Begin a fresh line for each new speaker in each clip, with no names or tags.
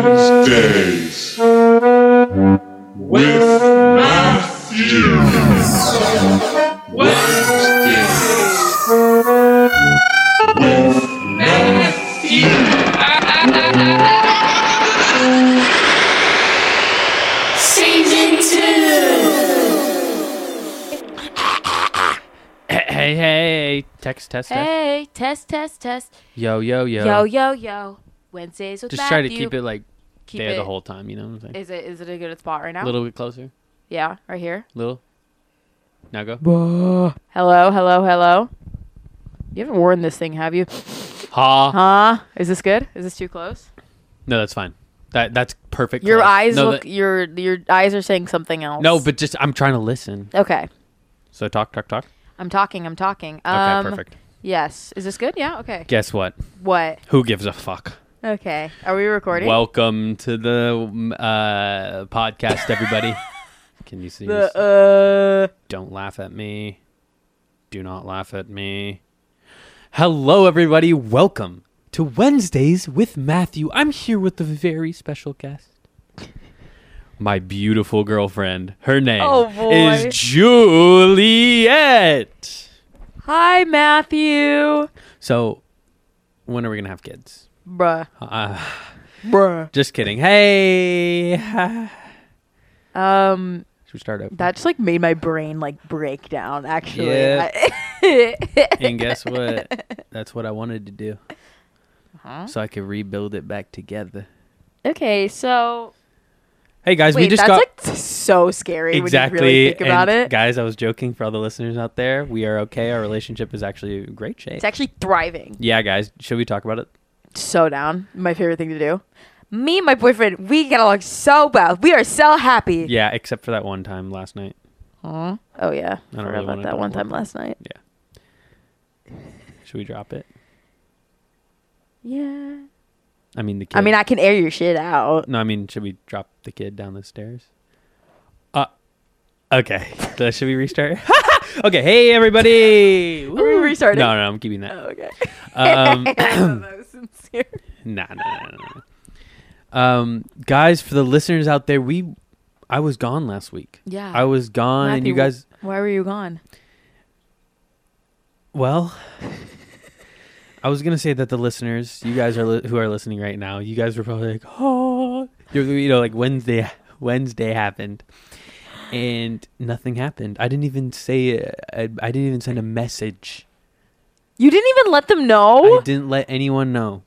Wednesdays with Matthew. Wednesdays with Matthew.
Season two.
Hey, hey, hey. Text, test, test.
Hey, test, test, test.
Yo, yo, yo.
Yo, yo, yo. Wednesdays with
Just
Matthew.
try to keep it like there the whole time, you know what I'm saying?
Is it is it a good spot right now?
A little bit closer.
Yeah, right here.
Little. Now go.
Hello, hello, hello. You haven't worn this thing, have you?
Ha.
Huh? Is this good? Is this too close?
No, that's fine. That that's perfect.
Your
close.
eyes
no,
look.
that-
Your your eyes are saying something else.
No, but just I'm trying to listen.
Okay,
So talk, talk, talk.
I'm talking. I'm talking.
Okay,
Um,
perfect.
Yes. Is this good? Yeah. Okay.
Guess what?
What?
Who gives a fuck?
Okay. Are we recording?
Welcome to the um, uh, podcast, everybody. Can you see? yourself?
the uh.
Don't laugh at me. Do not laugh at me. Hello, everybody. Welcome to Wednesdays with Matthew. I'm here with a very special guest. My beautiful girlfriend. Her name
Oh, boy.
is Juliet.
Hi, Matthew.
So, when are we going to have kids?
Bruh.
Uh,
Bruh.
just kidding. Hey. Should
Um,
we start over?
that just like made my brain like break down. Actually,
Yeah.
I-
and guess what? That's what I wanted to do.
Huh?
So I could rebuild it back together.
okay, so
Hey guys,
wait,
we just
that's
got
like so scary
exactly
when you really think about
and
it.
guys. I was joking for all the listeners out there. We are okay. Our relationship is actually in great shape.
it's actually thriving.
yeah, guys, should we talk about it?
So down, my favorite thing to do. Me and my boyfriend, we get along so well. We are so happy.
Yeah, except for that one time last night.
Huh? Oh yeah,
I
forgot
don't really
about
wanna
that
talk
one
about
time
that.
last night.
Should we drop it?
Yeah.
I mean the kid.
I mean, I can air your shit out.
no, I mean should we drop the kid down the stairs? Uh, okay. So should we restart? okay. Hey everybody.
Are we
Woo.
restarting?
No, no, I'm keeping that.
Oh, okay.
Um,
I thought that was sincere.
Nah, nah, nah, nah, nah. Um, guys, for the listeners out there, we, I was gone last week.
Yeah.
I was gone, and you
Matthew,
guys.
Why were you gone?
Well, I was gonna say that the listeners, you guys are li- who are listening right now, you guys were probably like, oh, you you know, like Wednesday, Wednesday happened, and nothing happened. I didn't even say, uh, I, I didn't even send a message.
You didn't even let them know.
I didn't let anyone know.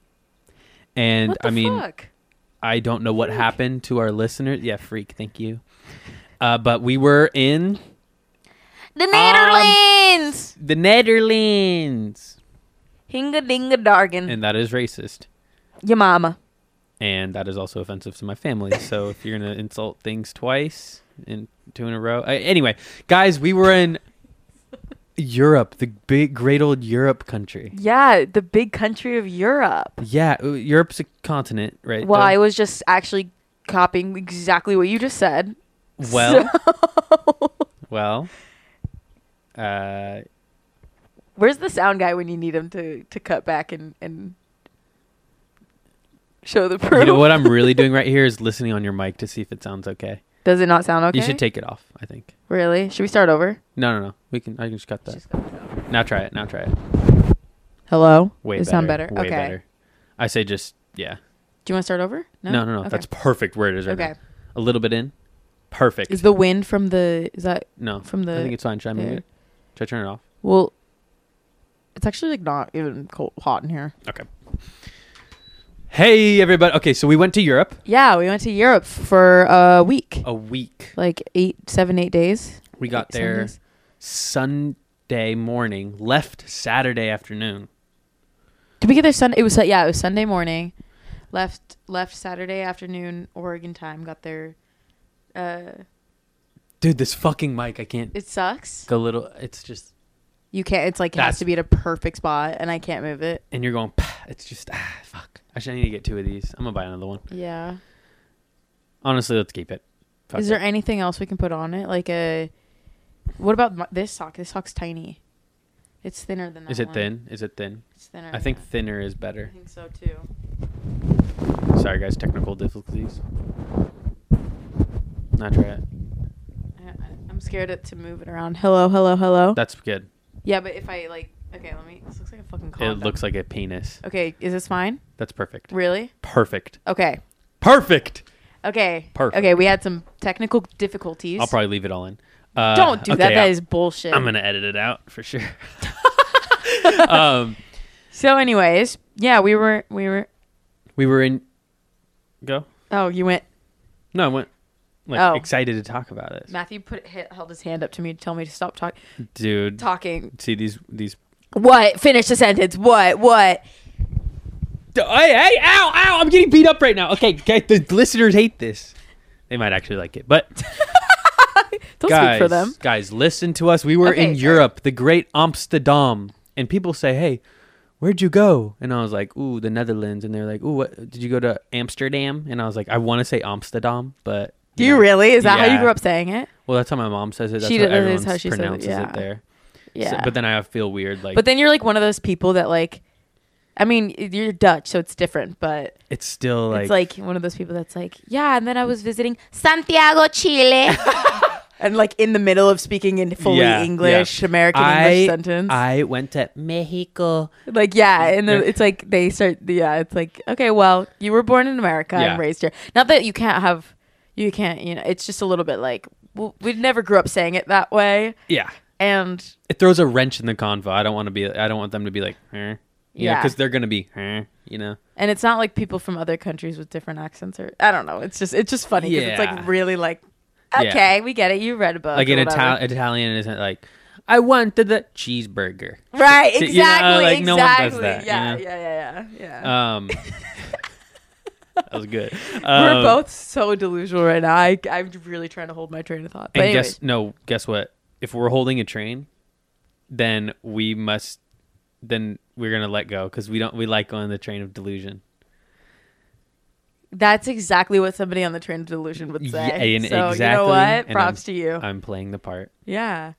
And
what the
I mean,
fuck?
I don't know what happened to our listeners. Yeah, freak. Thank you. Uh, but we were in
the Netherlands,
the Netherlands,
hinga dinga dargan,
and that is racist,
your mama.
and that is also offensive to my family. So if you're gonna insult things twice in two in a row, uh, anyway, guys, we were in Europe, the big, great old Europe country.
Yeah, the big country of Europe.
Yeah, uh, Europe's a continent, right?
Well, I
though?
was just actually copying exactly what you just said.
well,
So-
well. Uh,
where's the sound guy when you need him to to cut back and and show the proof?
you know what I'm really doing right here is listening on your mic to see if it sounds okay.
Does it not sound okay?
You should take it off. I think.
Really? Should we start over?
No, no, no. We can. I can just cut that.
Just cut this out.
now try it. Now try it.
Hello.
Way
Does
better.
it sound better?
Way
okay.
better. I say just yeah.
Do you want to start over?
No, no, no.
Okay.
That's perfect where it is right
okay.
now. A little bit in. Perfect.
Is the wind from the is that
no
from
I
the
think it's fine. Should I move
there.
it? Should I turn it off?
Well, it's actually like not even cold, hot in here.
Okay. Hey everybody. Okay, so we went to Europe
Yeah, we went to Europe for a week,
a week.
like eight, seven, eight days.
Oh. We got
Eight, seven
there
days.
Sunday morning, left Saturday afternoon.
Did we get there Sunday? It was Sun- yeah, it was Sunday morning. Left left Saturday afternoon Oregon time. Got there. Uh,
Dude, this fucking mic. I can't.
it sucks.
Go little. It's just.
You can't. It's like
That's-
has to be at a perfect spot, and I can't move it.
And you're going. "Pah," It's just. Ah, fuck. Actually, I need to get two of these. I'm gonna buy another one.
Yeah.
Honestly, let's keep it. Fuck
Is
it.
there anything else we can put on it? Like a. What about my, this sock? This sock's tiny. It's thinner than that.
Is it
one.
thin? Is it thin?
It's thinner.
I think
yeah.
thinner is
I
better.
think so too.
Sorry Sorry, guys. Technical difficulties. Not try it.
I- I'm scared it to move it around. Hello, hello, hello.
That's good.
yeah, but if I like, okay, let me. This looks like a fucking
It
condom.
looks like a penis.
Okay, is this fine?
That's perfect.
Really?
Perfect.
Okay.
Perfect.
Okay.
Perfect.
Okay, we had some technical difficulties.
I'll probably leave it all in. Uh,
Don't do that.
okay,
That
I-
is bullshit.
I'm gonna edit it out for sure. um,
So, anyways, yeah, we were we were.
we were in. Go.
Oh, you went.
No, I went. Like
Oh.
excited to talk about it,
Matthew put hit, held his hand up to me to tell me to stop talking.
dude.
Talking.
See these these.
What? Finish the sentence. What? What?
D- Hey, hey, ow, ow! I'm getting beat up right now. Okay, okay, the listeners hate this. They might actually like it, but
Don't
guys,
speak for them.
guys, listen to us. We were
Okay,
in
sorry.
Europe, the Great Amsterdam, and people say, "Hey, where'd you go?" And I was like, "Ooh, the Netherlands." And they're like, "Ooh, what, did you go to Amsterdam?" And I was like, "I want to say Amsterdam, but
Do you really? Is that how you
Yeah.
grew up saying it?
Well, that's how my mom says it. That's
She
how
did- that is
everyone
how she says it,
pronounces it,
yeah.
there.
Yeah.
So- but then I feel weird. Like
But then you're like one of those people that like, I mean, you're Dutch, so it's different, but
it's still like,
it's like one of those people that's like, yeah. And then I was visiting Santiago, Chile, and like in the middle of speaking in fully
Yeah, yeah.
English, American
I
English sentence,
I went to Mexico.
like yeah, and then
Yeah.
it's like they start, yeah, it's like okay, well, you were born in America
Yeah.
and raised here. Not that you can't have, you can't, you know, it's just a little bit like well, we never grew up saying it that way,
Yeah,
and
it throws a wrench in the convo. I don't want to be. I don't want them to be like, huh? you
Yeah.
because they're gonna be, huh? You know.
And it's not like people from other countries with different accents or I don't know. It's just it's just funny 'cause it's
Yeah.
like really like
Yeah.
okay, we get it. You read a book,
like
or
an
whatever.
Italian Italian isn't like I wanted the cheeseburger.
right?
you know,
Exactly,
like,
exactly.
no one does that, you
yeah,
know?
yeah, yeah, yeah, yeah.
Um, that was good.
We're
Um,
both so delusional right now. I I'm really trying to hold my train of thought. But
And
anyways,
guess no, guess what? If we're holding a train, then we must. Then we're gonna let go because we don't. We like going the train of delusion.
that's exactly what somebody on the train of delusion would
Yeah,
say.
and
so you know
exactly,
what?
and
Props
I'm-
to you.
I'm playing the part.
yeah.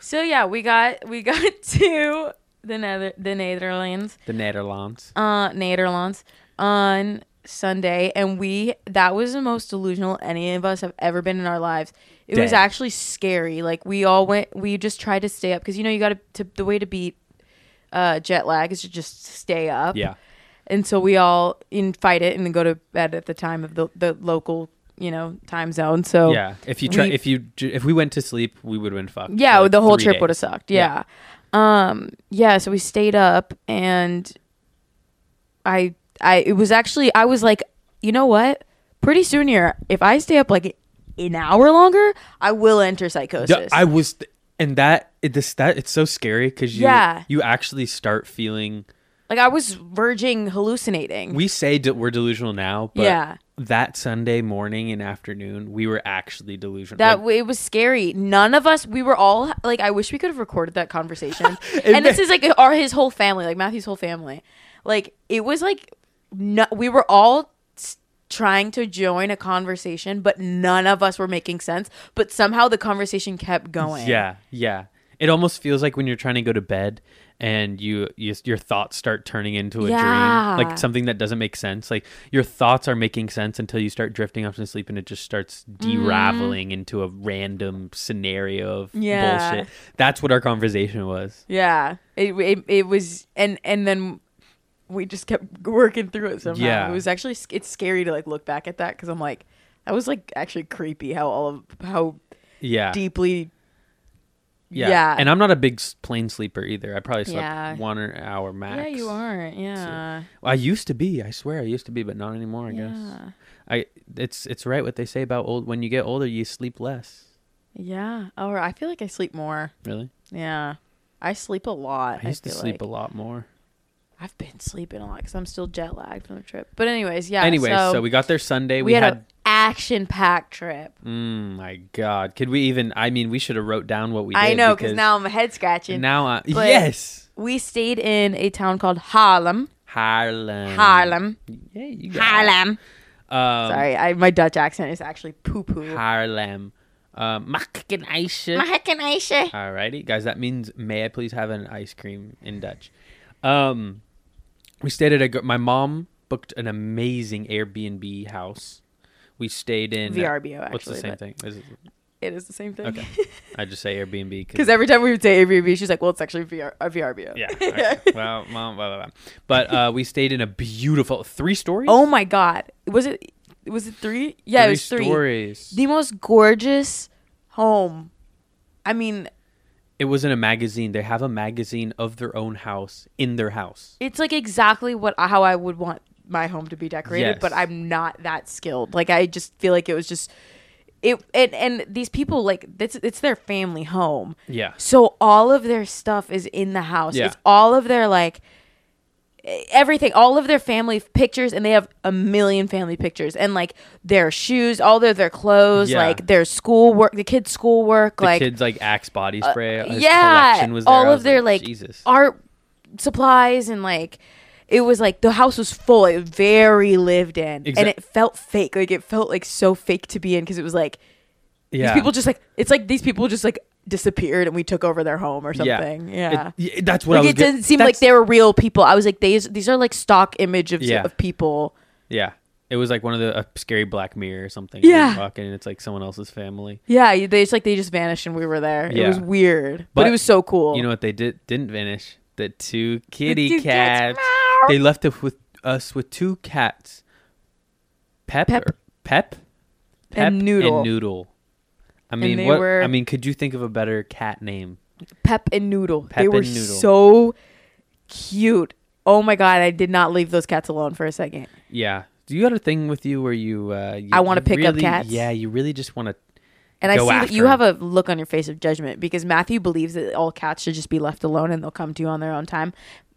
So yeah, we got we got to the nether the Netherlands.
The Netherlands.
uh Nederlands on Sunday and we that was the most delusional any of us have ever been in our lives. It was
Dead.
actually scary. Like we all went we just tried to stay up cuz you know you got to the way to beat uh jet lag is to just stay up.
Yeah.
And so we all in fight it and then go to bed at the time of the the local, you know, time zone. So
Yeah. If you try,
we-
if you, ju- if we went to sleep, we would have been fucked.
yeah,
for, like,
the whole
three
trip
days.
would have sucked. Yeah. Um yeah, so we stayed up and I I it was actually I was like, you know what? Pretty soon here, if I stay up like an hour longer, I will enter
Yeah,
psychosis.
I was, th- and that it, this that it's so scary because you
Yeah.
you actually start feeling.
like I was verging hallucinating.
We say that we're delusional now, but
Yeah.
that Sunday morning and afternoon, we were actually delusional.
that
Like,
w- it was scary. None of us. We were all like, I wish we could have recorded that conversation.
And
and this is like our his whole family, like Matthew's whole family. Like it was like, no, we were all s- trying to join a conversation, but none of us were making sense. But somehow the conversation kept going.
yeah, yeah. It almost feels like when you're trying to go to bed and you, you your thoughts start turning into a
Yeah.
dream, like something that doesn't make sense. Like your thoughts are making sense until you start drifting off to sleep, and it just starts
Mm-hmm.
deraveling into a random scenario of
Yeah.
bullshit. That's what our conversation was.
yeah. It, it it was and and then. We just kept working through it somehow.
Yeah.
It was actually sc- it's scary to like look back at that because I'm like, that was like actually creepy how all of how
Yeah,
deeply
yeah.
yeah.
And I'm not a big s- plane sleeper either. I probably slept
Yeah.
one or hour max.
yeah you aren't yeah
I used to be. I swear, I used to be, but not anymore. I guess.
yeah
I it's it's right what they say about old. When you get older, you sleep less.
yeah or i feel like i sleep more
Really,
yeah i sleep a lot
I used to
feel
sleep
like.
a lot more.
i've been sleeping a lot because i'm still jet lagged from the trip but anyways yeah
Anyways, so,
so,
we got there Sunday.
we,
We,
had,
had.
an action packed trip
mm, my God, could we even? I mean, we should have wrote down what we.
i
did
know because now i'm head scratching
now I,
but-
yes
we stayed in a town called harlem
Harlem
harlem
Yeah, you got it.
harlem
Um,
sorry I, my dutch accent is actually poo-poo
Harlem. Um, mag ik een ijsje?
Mahakanaisha.
Alrighty, guys. That means may I please have an ice cream in Dutch. Um, we stayed at a. gr- My mom booked an amazing Airbnb house. We stayed in
VRBO actually.
What's the same
but
thing? Is it,
It is the same thing.
okay, I just say Airbnb
Because every time we would say Airbnb, she's like, "Well, it's actually VR, a VRBO."
yeah. okay. well, mom, blah, blah, blah. But uh, we stayed in a beautiful three stories.
Oh my god, was it was it three? Yeah, it was three.
stories.
The most gorgeous home. I mean,
It was in a magazine. They have a magazine of their own house in their house.
it's like exactly what how I would want my home to be decorated,
Yes.
but I'm not that skilled. Like I just feel like it was just it and, and these people like it's it's their family home.
Yeah.
So all of their stuff is in the house.
Yeah.
It's all of their like everything, all of their family f- pictures, and they have a million family pictures, and like their shoes, all their their clothes,
Yeah.
like their schoolwork, the kids' schoolwork,
The
like uh,
kids like Axe body spray. His
yeah,
collection was there.
all
I
of
was
their like
Jesus.
art supplies, and like it was like the house was full, it was very lived in,
Exact-
and it felt fake, like it felt like so fake to be in because it was like
yeah.
these people just like it's like these people just like disappeared and we took over their home or something. Yeah.
It- y- that's what I
Like
was
it didn't
get-
seem like
that's-
they were real people. I was like, these these are like stock image of,
Yeah.
of people.
Yeah. It was like one of the a scary Black Mirror or something.
Yeah.
You walk in and it's like someone else's family.
Yeah, you- they just like they just vanished and we were there. It
Yeah.
was weird, but, it
But,
was so cool.
You know what they did? Didn't vanish. The two
The
kitty
two
cats. They left us with us with two cats. Pep.
Pep.
or- Pep.
And Noodle.
Noodle. I mean,
they
what?
were-
I mean, could you think of a better cat name?
Pep and Noodle.
Pep
they
and
were
Noodle.
so cute. Oh my god, I did not leave those cats alone for a second.
Yeah. Do you got a thing with you where you? Uh, you
I wanna
you
pick up
really-
cats.
Yeah, you really just want to.
And I
Go
see that you
after
have a look on your face of judgment because Matthew believes that all cats should just be left alone and they'll come to you on their own time.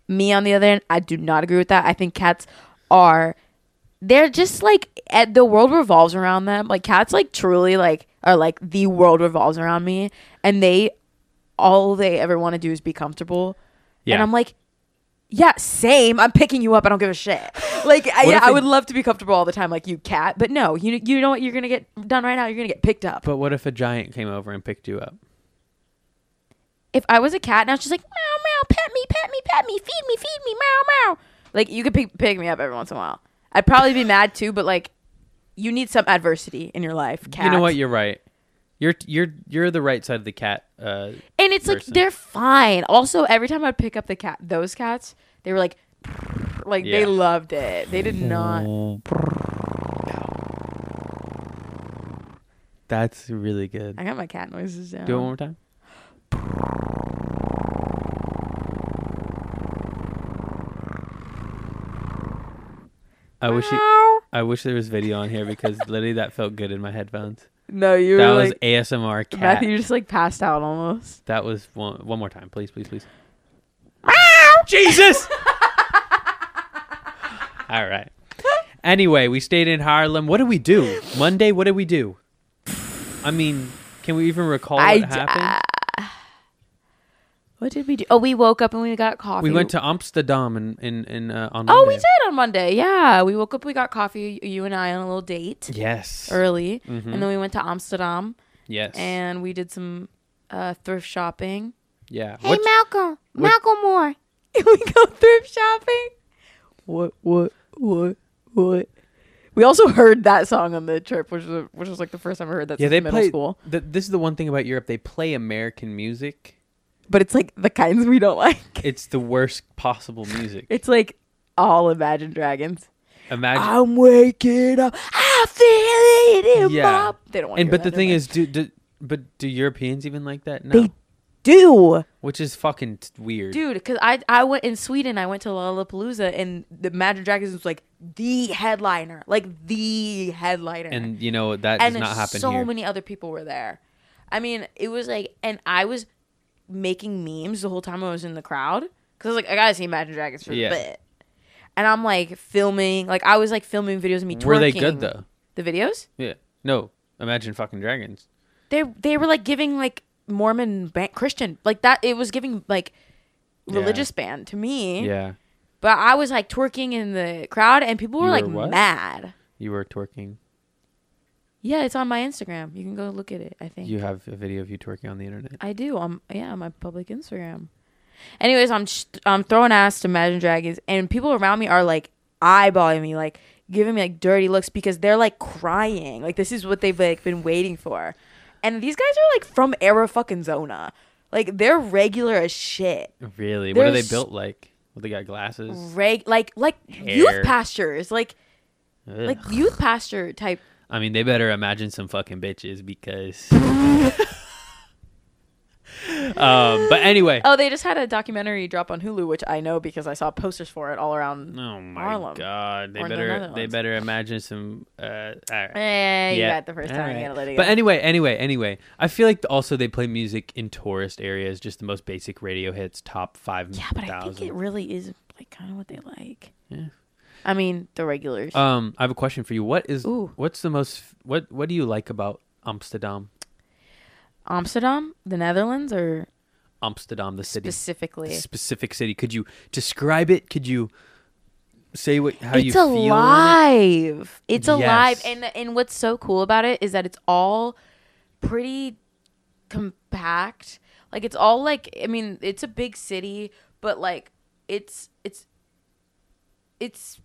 Me, on the other hand, I do not agree with that. I think cats are, they're just like, eh, the world revolves around them. Like, cats, like, truly, like, are like, the world revolves around me. And they, all they ever want to do is be comfortable.
Yeah.
And I'm like, yeah, same. I'm picking you up. I don't give a shit. Like, I,
What
yeah,
if
I
they-
would love to be comfortable all the time, like you, cat. But no, you you know what you're gonna get done right now. You're gonna get picked up.
But what if a giant came over and picked you up?
if I was a cat and I was just like meow meow, pet me, pet me, pet me, feed me, feed me, meow meow. Like you could pick, pick me up every once in a while. I'd probably be mad too, but like you need some adversity in your life, cat.
You know what? You're right. You're you're you're the right side of the cat. Uh,
and it's like
person.
they're fine. Also, every time I'd pick up the cat, those cats, they were like, like they
Yeah.
loved it. They did not.
That's really good.
I got my cat noises down.
Do it one more time. I wish you,
Meow.
I wish there was video on here because literally that felt good in my headphones.
No, you
That
were
was
like
ASMR cat.
Matthew. You just like passed out almost.
That was one one more time, please, please, please.
Meow.
Jesus. All right. Anyway, we stayed in Harlem. What did we do? Monday, what did we do? I mean, can we even recall what
I d- uh,
happened?
What did we do? Oh, we woke up and we got coffee.
We went to Amsterdam in in, in uh, on
Oh, we
Monday.
did on Monday. Yeah, we woke up. We got coffee. y- You and I on a little date
Yes.
early,
Mhm.
and then we went to Amsterdam
yes.
and we did some uh, thrift shopping.
yeah.
Hey,
What-
Malcolm.
what-
Malcolm Moore.
we go thrift shopping. What? What? What? What? We also heard that song on the trip, which was which was like the first time I heard that.
yeah,
since
they
middle
play.
school,
th- this is the one thing about Europe. They play American music.
but it's like the kinds we don't like.
It's the worst possible music.
It's like all Imagine Dragons.
Imagine.
I'm waking up. I feel it in
Yeah.
my. They don't. wanna
and
hear
but
that,
the
do
thing
they?
is, do, do but do Europeans even like that? No.
They do.
Which is fucking t- weird.
dude because i i went in sweden i went to lollapalooza and the magic dragons was like the headliner like the headliner
and you know that
And
does not happen
so
here.
many other people were there i mean it was like and i was making memes the whole time i was in the crowd because i was like i gotta see magic dragons for
Yeah.
a bit and i'm like filming like i was like filming videos of me twerking.
Were they good though?
the videos
Yeah. No. Imagine fucking dragons.
they they were like giving like mormon ban- christian like that it was giving like
Yeah.
religious ban to me
Yeah.
But I was like twerking in the crowd, and people were
You
like
were what?
mad.
You were twerking.
Yeah, it's on my Instagram. You can go look at it. I think
You have a video of you twerking on the internet.
I do. Um, yeah, on my public Instagram. Anyways, I'm sh- I'm throwing ass to Imagine Dragons, and people around me are like, eyeballing me, like giving me like dirty looks because they're like crying. Like this is what they've like been waiting for. And these guys are like from era fucking Zona. Like they're regular as shit.
Really? What are they
There's- Mm.
built like? Well, they got glasses.
Reg like like youth
Hair.
pastures. Like
Ugh.
like youth pasture type
I mean, they better imagine some fucking bitches because. um, but anyway.
Oh, they just had a documentary drop on Hulu, which I know because I saw posters for it all around.
Oh my
Harlem
god! They
or the
better they
Netherlands.
better imagine some. Uh, all right.
Eh, you
Yeah.
got it the first time.
Alright.
You gotta let it
But
go.
anyway, anyway, anyway, I feel like also they play music in tourist areas, just the most basic radio hits, top five
yeah,
thousand.
but I think it really is like kind of what they like.
Yeah.
I mean, the regulars.
um, I have a question for you. What is
Ooh.
what's the most what what do you like about Amsterdam?
Amsterdam, the Netherlands, or
Amsterdam, the city,
specifically.
the specific city. Could you describe it? Could you say what how you
it's
feel? in it?
alive. It's alive,
Yes.
and and what's so cool about it is that it's all pretty compact. Like it's all like I mean, it's a big city, but like it's it's it's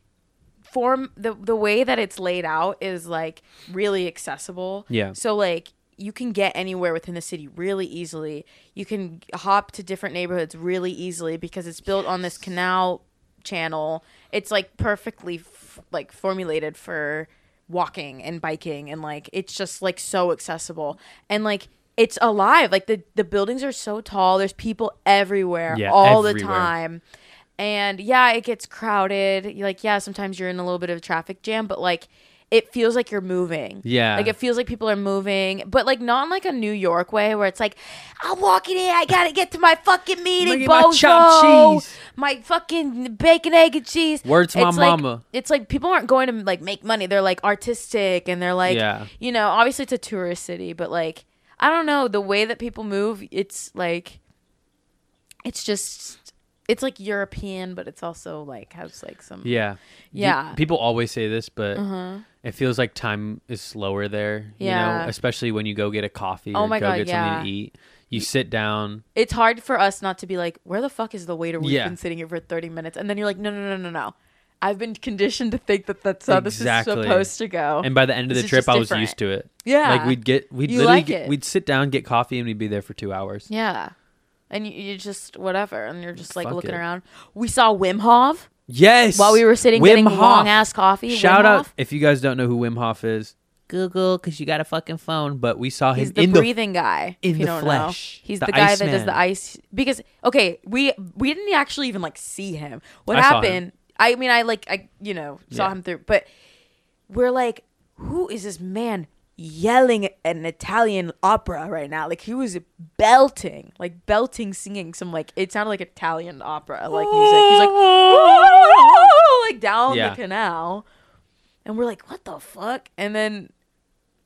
form the the way that it's laid out is like really accessible.
Yeah.
So like you can get anywhere within the city really easily. You can hop to different neighborhoods really easily because it's built on this canal channel. It's like perfectly f- like formulated for walking and biking and like it's just like so accessible and like it's alive. Like the the buildings are so tall. There's people everywhere
Yeah,
all the
everywhere.
time. And yeah, it gets crowded. Like yeah, sometimes you're in a little bit of a traffic jam, but like it feels like you're moving.
Yeah.
Like it feels like people are moving, but like not in like a New York way where it's like, I'm walking in, I gotta get to my fucking meeting,
Look at my
bozo.
chopped cheese."
My fucking bacon, egg, and cheese.
Word to my
It's like-
mama.
It's like people aren't going to like make money. They're like artistic and they're like,
Yeah.
you know, obviously it's a tourist city, but like, I don't know, the way that people move, it's like, it's just, it's like European, but it's also like has like some.
Yeah. You-
Yeah.
people always say this, but
Uh-huh.
it feels like time is slower there. You
Yeah.
know, especially when you go get a coffee
Oh
or
my
go
God,
get
yeah.
something to eat. You sit down.
it's hard for us not to be like, where the fuck is the waiter? We've
Yeah.
been sitting here for 30 minutes. And then you're like, no, no, no, no, no. I've been conditioned to think that that's how this
Exactly.
is supposed to go.
And by the end of
Oh. This
the
is
trip
just
I was
different.
used to it.
yeah.
Like we'd get we'd
You
literally
like
get,
it.
we'd sit down, get coffee, and we'd be there for two hours.
yeah. And you, you just, whatever. And you're just like
Fuck
looking
it.
around. We saw Wim Hof
Yes.
while we were sitting getting long ass coffee.
Shout
Wim
out
Hof,
if you guys don't know who Wim Hof is. Google because you got a fucking phone. But we saw him
He's the
in the
breathing guy.
in
if you
the
don't
flesh.
know. He's
The
the, guy that
Iceman.
does the ice because okay, we we didn't actually even like see him. What
I saw him.
happened? I mean, I like I you know saw
Yeah.
him through, but we're like, who is this man yelling an Italian opera right now? Like he was belting, like belting, singing some like it sounded like Italian opera like music. He's like like down
Yeah.
the canal, and we're like, what the fuck? And then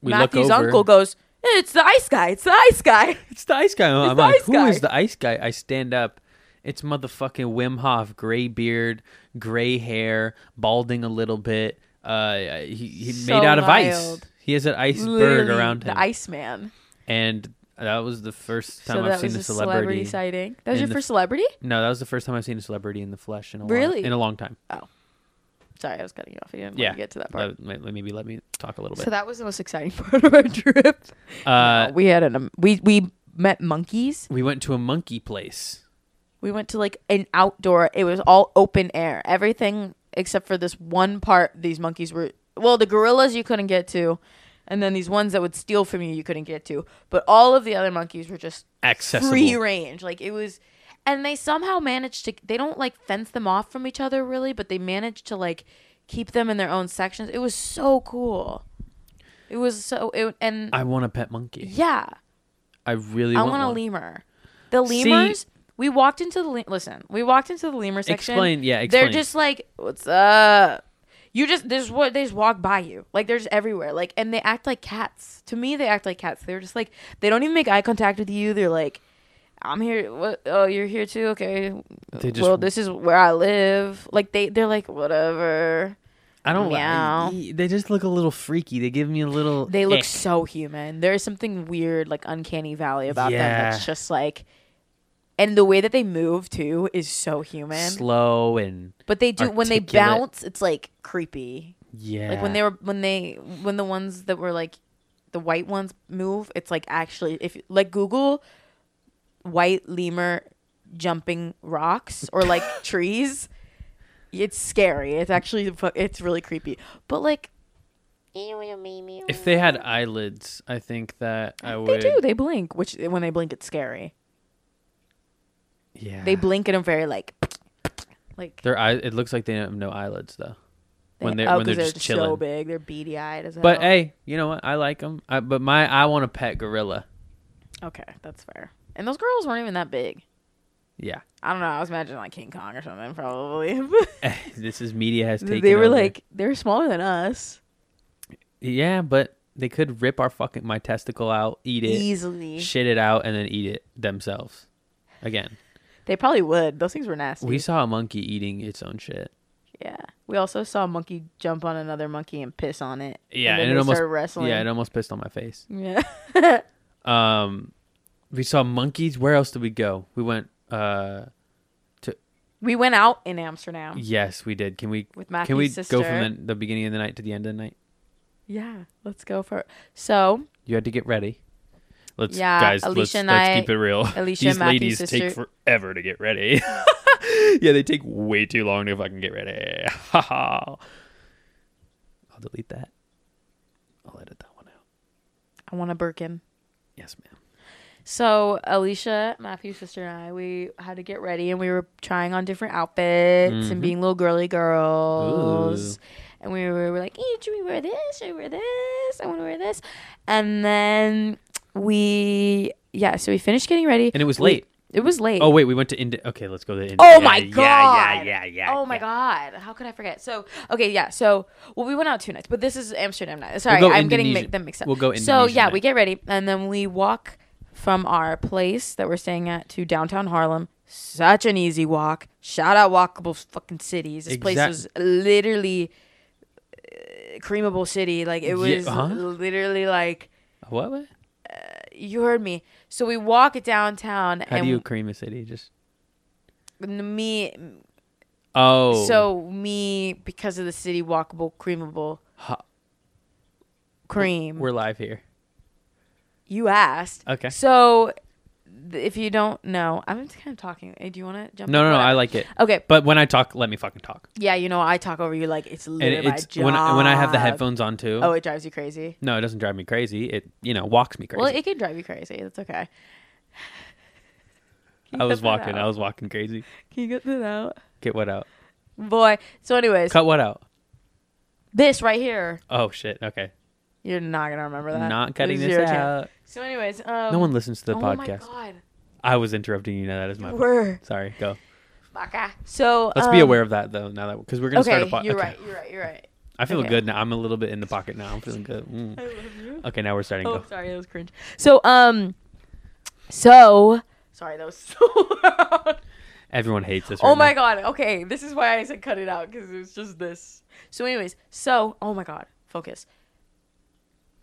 we
Matthew's
look over.
uncle goes, "It's the ice guy. It's the ice guy."
It's the ice guy. I'm
the
like,
ice
who is
guy."
the ice guy? I stand up. It's motherfucking Wim Hof, gray beard, gray hair, balding a little bit. Uh, he he
So
made out of ice.
wild.
He has an iceberg
Literally
around him,
The Iceman.
and that was the first time
so
I've
that
seen
was
a
a celebrity.
celebrity.
sighting. That was
in
your
the-
first celebrity?
no, that was the first time I've seen a celebrity in the flesh in a
Really?
long, in a long time.
Sorry, I was cutting you off. I didn't
yeah,
want to get to that part.
Let- let- maybe let me talk a little bit.
So that was the most exciting part of our trip.
uh,
we had an um, we we met monkeys.
we went to a monkey place.
We went to like an outdoor. It was all open air. Everything except for this one part. These monkeys were well, the gorillas you couldn't get to, and then these ones that would steal from you you couldn't get to. But all of the other monkeys were just
Accessible.
free range. Like it was, and they somehow managed to. They don't like fence them off from each other really, but they managed to like keep them in their own sections. It was so cool. It was so it and
I want a pet monkey.
yeah,
I really.
I
want,
want a
one.
lemur. The
See-
lemurs. we walked into the le- listen. We walked into the lemur section.
Explain. Yeah, explain.
They're just like, what's up? You just there's what they just walk by you. Like they're just everywhere. Like and they act like cats. To me, they act like cats. They're just like they don't even make eye contact with you. They're like, I'm here. What? Oh, you're here too. Okay.
They just-
well, this is where I live. Like they they're like whatever.
I don't
Meow.
like. They just look a little freaky. They give me a little. eh,
They look
ick.
so human. There is something weird, like uncanny valley about them.
Yeah.
That's just like, and the way that they move too is so human.
slow and
but they do when they
articulate.
bounce, it's like creepy.
yeah.
Like when they were when they when the ones that were like the white ones move, it's like actually if like Google white lemur jumping rocks or like trees, it's scary. It's actually fu- it's really creepy. But like
if they had eyelids, I think that I
they
would.
do, they blink, which when they blink it's scary.
Yeah.
They blink and I'm very like like
Their eye. It looks like they have no eyelids though. when
they-
they're-
oh,
when they're
'cause they're
just
just so
chilling.
big, they're beady eyed as hell.
But eh, hey, you know what? I like them. I, but my I want a pet gorilla.
okay, that's fair. And those girls weren't even that big.
Yeah.
I don't know. I was imagining like King Kong or something, probably.
this is media has taken.
they were
over.
like they were smaller than us
yeah, but they could rip our fucking my testicle out, eat it,
easily.
shit it out, and then eat it themselves. Again,
They probably would. Those things were nasty.
we saw a monkey eating its own shit.
yeah. We also saw a monkey jump on another monkey and piss on it.
Yeah,
and, then
and,
they
it almost
started wrestling.
yeah, it almost pissed on my face.
Yeah.
Um, we saw monkeys. Where else did we go? We went. uh
we went out in Amsterdam
Yes, we did. Can we
with
can we
Matthew's sister.
go from the, the beginning of the night to the end of the night?
yeah, let's go for. So
You had to get ready. Let's
Yeah,
guys,
Alicia
let's,
and
let's
I-
keep it real.
Alicia
These
and Matthew's
ladies
sister.
take forever to get ready. yeah, they take way too long to fucking get ready. Ha ha. I'll delete that. I'll edit that one out.
I want a Birkin.
Yes, ma'am.
So Alicia, Matthew's sister, and I, we had to get ready, and we were trying on different outfits and being little girly girls.
Mm-hmm. Ooh.
And we were, we were like, "Eh, "Should we wear this? Should we wear this? I want to wear this." And then we, yeah, so we finished getting ready,
And it was
We-
late.
It was late.
Oh wait, we went to India. Okay, let's go to India.
Oh my
Yeah, yeah,
God.
yeah, yeah.
Oh my
yeah.
god! How could I forget? So okay, yeah. So well, we went out two nights, but this is Amsterdam night. Sorry,
go
I'm getting mi-
Indonesian-
them mixed up.
we'll
So
go Indonesian
yeah,
night.
we get ready, and then we walk from our place that we're staying at to downtown Harlem. Such an easy walk. Shout out walkable fucking cities. This place
Exact-
was literally uh, creamable city. Like it
Ye-
was
huh?
literally like
What? what?
you heard me. So we walk it downtown,
How
and
do you cream a city? Just
n- me
oh.
So me, because of the city walkable, creamable,
Ha-
cream.
we're live here.
you asked.
Okay.
So th- if you don't know, I'm just kind of talking. Eh, Do you want to jump?
No,
in?
no, no. I
Whatever.
like it.
Okay.
But when I talk, let me fucking talk.
Yeah, you know, I talk over you like it's
And
literally
it's
my job.
when when I have the headphones on too.
Oh, it drives you crazy.
No, it doesn't drive me crazy. It you know walks me crazy.
Well, it could drive you crazy. That's okay. Can
I
you
was
cut that
walking. I
out?
was walking crazy.
Can you get that out,
Get what out?
boy? So, anyways,
Cut what out?
this right here,
Oh shit. Okay.
you're not gonna remember that.
Not cutting this
Zero
out.
chance. So, anyways, um,
No one listens to the
oh
podcast.
my
I was interrupting you. Now that is my
god, we're
sorry. Go.
Baka. So
Let's be
um,
aware of that though. Now that because we're gonna
okay,
start a podcast.
you're right. You're right. You're right.
I feel
Okay.
good now. I'm a little bit in the pocket now. I'm feeling good. Mm.
I love Oh, you.
Okay, now we're starting.
Oh,
Go.
sorry, that was cringe. So, um, so sorry, that was so loud.
Everyone hates this.
Oh
right
my
now.
god. Okay, this is why I said cut it out because it was just this. So, anyways, so oh my god, focus.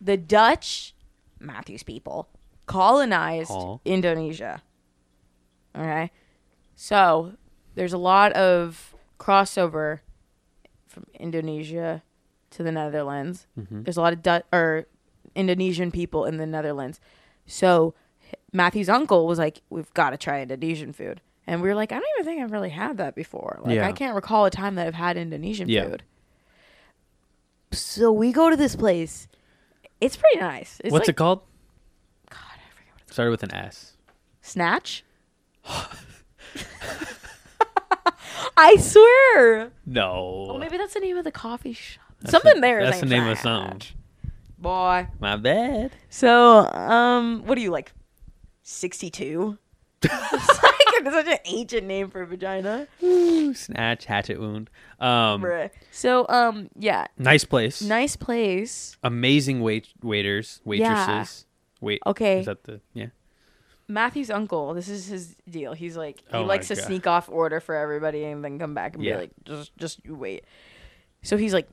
The Dutch, Matthews people, colonized
Aw.
Indonesia. Okay, so there's a lot of crossover from Indonesia to the Netherlands.
Mm-hmm.
There's a lot of Dutch or Indonesian people in the Netherlands. So Matthew's uncle was like, "We've got to try Indonesian food," and we were like, "I don't even think I've really had that before. Like,
Yeah.
I can't recall a time that I've had Indonesian
Yeah.
food." So we go to this place. It's pretty nice. It's
What's
like,
it called?
God, I forget what it's
Started with an S.
Snatch. I swear.
No.
Well, maybe that's the name of the coffee shop. Oh, Something there. is
That's the
named
name of
Snatch.
something.
Boy.
My bad.
So, um, what are you like? Sixty-two. it's like it's such an ancient name for a vagina.
Ooh, snatch hatchet wound. Um,
Bruh. So, um, yeah,
nice place.
nice place.
amazing wait waiters, waitresses.
Yeah.
Wait.
Okay.
Is that the yeah?
Matthew's uncle. This is his deal. He's like he
Oh my
likes to
God.
sneak off order for everybody and then come back and
Yeah.
be like, just, just you wait. So he's like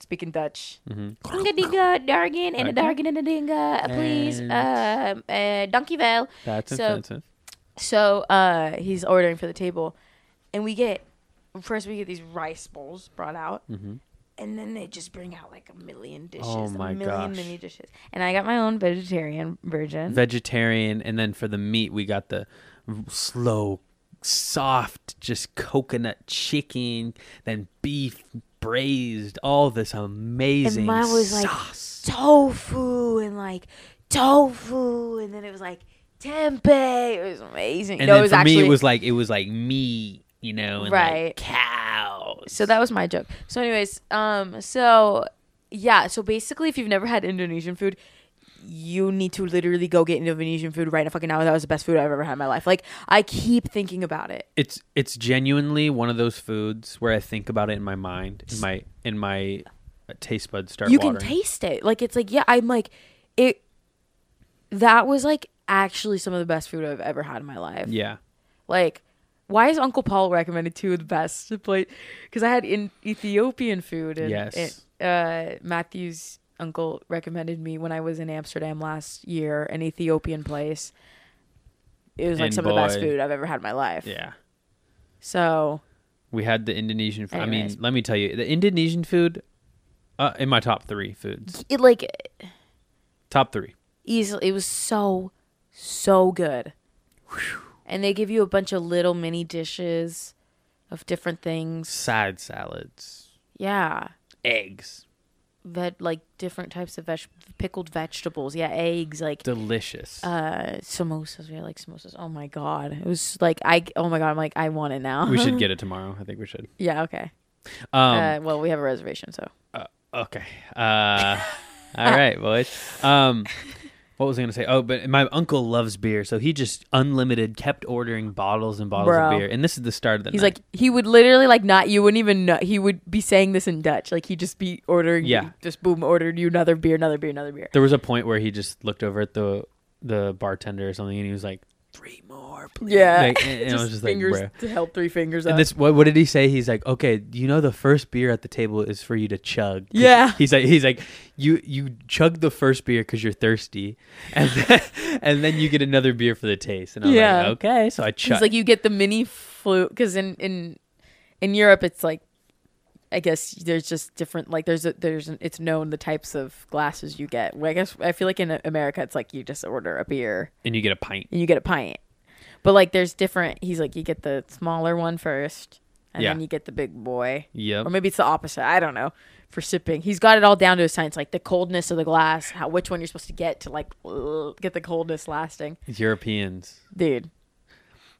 speaking Dutch. Dinga dinga, dargan and a
Mm-hmm. Okay.
dargan and a dinga, please.
And-
Um, uh, donkeyvel.
That's
So-
offensive.
So uh, he's ordering for the table, and we get first we get these rice bowls brought out,
Mhm.
and then they just bring out like a million dishes,
Oh my
a million
gosh.
mini dishes. And I got my own vegetarian version.
Vegetarian, and then for the meat, we got the r- slow, soft, just coconut chicken, then beef braised, all this amazing
and mine was like
sauce.
tofu and like tofu, and then it was like tempeh. It was amazing.
and
no,
then
it was
for
actually
me, it was like it was like meat, you know, and
Right.
like cows.
So that was my joke. So, anyways, um, so yeah, so basically, if you've never had Indonesian food, you need to literally go get Indonesian food right now. Fucking now, that was the best food I've ever had in my life. Like, I keep thinking about it.
it's it's genuinely one of those foods where I think about it in my mind, in my in my uh, taste buds start.
you
watering.
can taste it. Like, it's like, yeah, I'm like, it. That was like actually some of the best food I've ever had in my life.
Yeah,
Like, why is Uncle Paul recommended two of the best to play? Because I had in Ethiopian food, and
Yes.
it- uh, Matthew's uncle recommended me when I was in Amsterdam last year an Ethiopian place. It was like
And
some of the best
boy.
food I've ever had in my life.
yeah.
So
We had the Indonesian. Food. I mean,
Anyways.
let me tell you, the Indonesian food, uh, in my top three foods,
it like
top three.
easily it was so so good. And they give you a bunch of little mini dishes of different things.
Side salads,
Yeah.
eggs,
That like different types of veg- pickled vegetables. Yeah, eggs like
delicious.
uh samosas we had like samosas oh my god it was like i oh my god i'm like i want it now
we should get it tomorrow. I think we should.
yeah okay
Um,
uh, well we have a reservation so
okay. Uh, all right, boys. Um, what was I gonna say? Oh, but my uncle loves beer, so he just unlimited kept ordering bottles and bottles
Bro.
of beer. And this is the start of the.
he's
night.
like he would literally like not you wouldn't even know he would be saying this in dutch like he'd just be ordering
Yeah.
just boom ordered you another beer another beer another beer
There was a point where he just looked over at the the bartender or something, and he was like, three more, please."
yeah
Like, and, and I was just like,
fingers
"Bruh."
to help three fingers up
And this, what, what did he say? He's like, okay, you know, the first beer at the table is for you to chug. 'Cause
Yeah.
He's like, he's like, you you chug the first beer because you're thirsty, and then, and then you get another beer for the taste. And I'm
Yeah.
like, okay, so I
it's
chug.
like you get the mini flute because in in in europe it's like I guess there's just different like there's a there's an, it's known the types of glasses you get. Well, I guess I feel like in America it's like you just order a beer
and you get a pint.
and you get a pint. But like there's different he's like you get the smaller one first and
Yeah.
then you get the big boy.
Yep.
Or maybe it's the opposite. I don't know. For sipping, he's got it all down to a science, like the coldness of the glass, how which one you're supposed to get to like l- get the coldness lasting,
Europeans.
dude.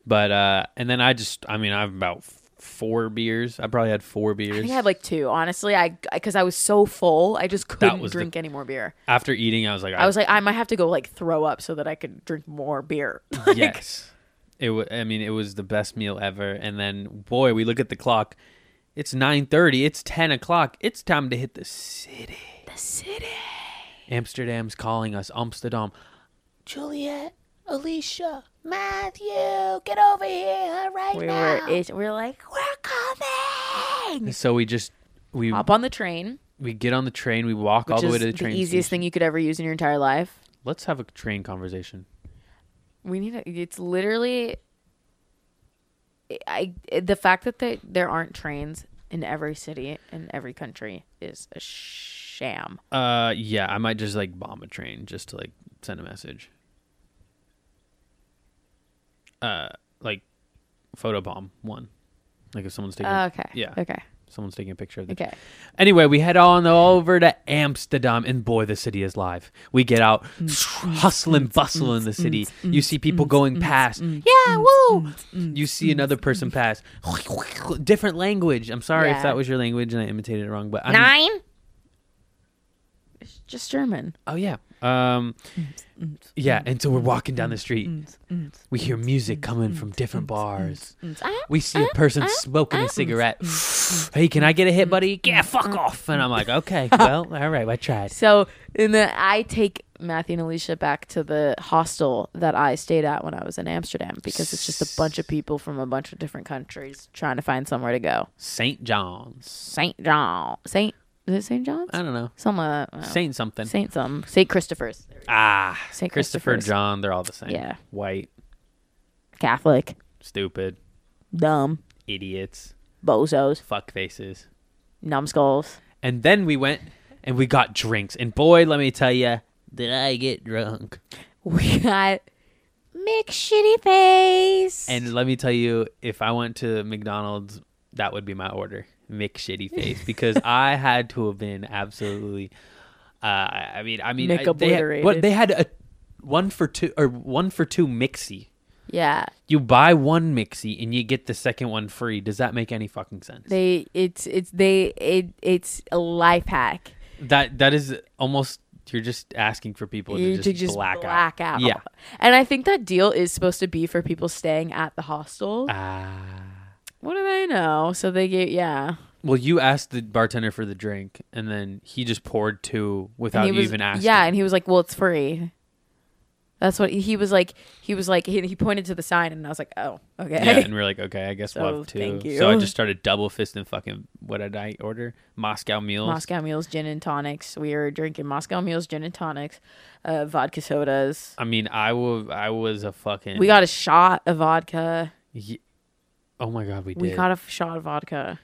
But uh, and then I just, I mean, I've about f- four beers. I probably had four beers.
I think I had like two, honestly. I because I, was so full, I just couldn't
was the-
drink any more beer.
After eating, I was like,
I was like, I might have to go like throw up so that I could drink more beer. Like,
yes. It wa I mean, it was the best meal ever. And then, boy, we look at the clock. It's nine thirty. It's ten o'clock. It's time to hit the city.
the city.
Amsterdam's calling us. Amsterdam. Juliet, Alicia, Matthew, get over here right
We
now.
were it, we were like, we're coming.
And so we just we
Hop on the train,
we get on the train. We walk
which
all the way
is
to the train.
easiest
station.
thing you could ever use in your entire life.
Let's have a train conversation.
We need to, it's literally I the fact that they, there aren't trains in every city in every country is a sham.
Uh, yeah, I might just like bomb a train just to like send a message. Uh, like photobomb one, like if someone's taking
Okay.
yeah,
Okay.
someone's taking a picture of the.
Okay.
Anyway, we head on over to Amsterdam, and boy, the city is live. We get out, hustling, bustle in the city. You see people going past. Yeah, woo! You see another person pass. Different language. I'm sorry
Yeah.
if that was your language and I imitated it wrong, but I mean,
Nine. It's just German.
Oh yeah. Um yeah, and so we're walking down the street. We hear music coming from different bars. We see a person smoking a cigarette. Hey, can I get a hit, buddy? Yeah, fuck off. And I'm like, okay, well, all right, I tried.
So, and then I take Matthew and Alicia back to the hostel that I stayed at when I was in Amsterdam because it's just a bunch of people from a bunch of different countries trying to find somewhere to go.
St. John's.
Saint John, Saint is it Saint John's?
I don't know.
Some uh, I don't know.
Saint something.
Saint some Saint Christopher's.
Ah,
Saint
Christopher
Christopher's.
John, they're all the same.
Yeah.
White.
Catholic,
Stupid.
dumb,
Idiots.
bozos,
Fuck faces.
numbskulls.
And then we went and we got drinks. And boy, let me tell you, did I get drunk.
We got Mick Shitty Face.
And let me tell you, if I went to McDonald's, that would be my order. Mick shitty face because I had to have been absolutely. Uh, I mean, I mean,
Mick
I- they had, what
obliterated.
they had a one for two or one for two mixie.
yeah,
You buy one mixie and you get the second one free. Does that make any fucking sense?
they it's it's they it it's a life hack
that that is almost you're just asking for people to
You
just,
to just
black,
black
out.
out.
Yeah.
And I think that deal is supposed to be for people staying at the hostel.
Ah.
what do they know? So they get yeah.
well, you asked the bartender for the drink, and then he just poured two
And
without
he
you
was
even asking.
yeah, and he was like, "Well, it's free." That's what he was like. He was like he, he pointed to the sign, and I was like, "Oh, okay."
Yeah, and we are like, okay, I guess we'll
So,
have two.
thank you.
So I just started double fisting fucking what did I order? Moscow meals.
Moscow mules, gin and tonics. We were drinking Moscow mules, gin and tonics, uh, vodka sodas.
I mean, I was I was a fucking.
We got a shot of vodka.
Ye- oh my god, we did.
We got a f- shot of vodka.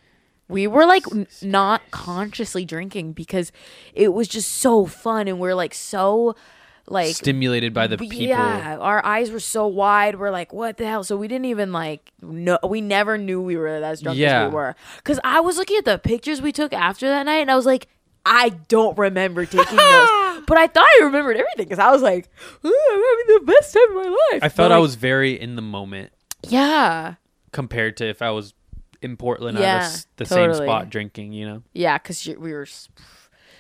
We were like n- not consciously drinking because it was just so fun and we're like so like
stimulated by the
we-
people.
yeah, our eyes were so wide. We're like, what the hell? So we didn't even like no. We never knew we were as drunk
Yeah.
as we were. Because I was looking at the pictures we took after that night, and I was like, I don't remember taking those. But I thought I remembered everything because I was like, "Ooh, I'm having the best time of my life.
I felt
But,
I
like,
was very in the moment
Yeah,
compared to if I was in Portland
Yeah,
at the, s- the same
totally.
spot drinking. You know,
yeah, because we were. s-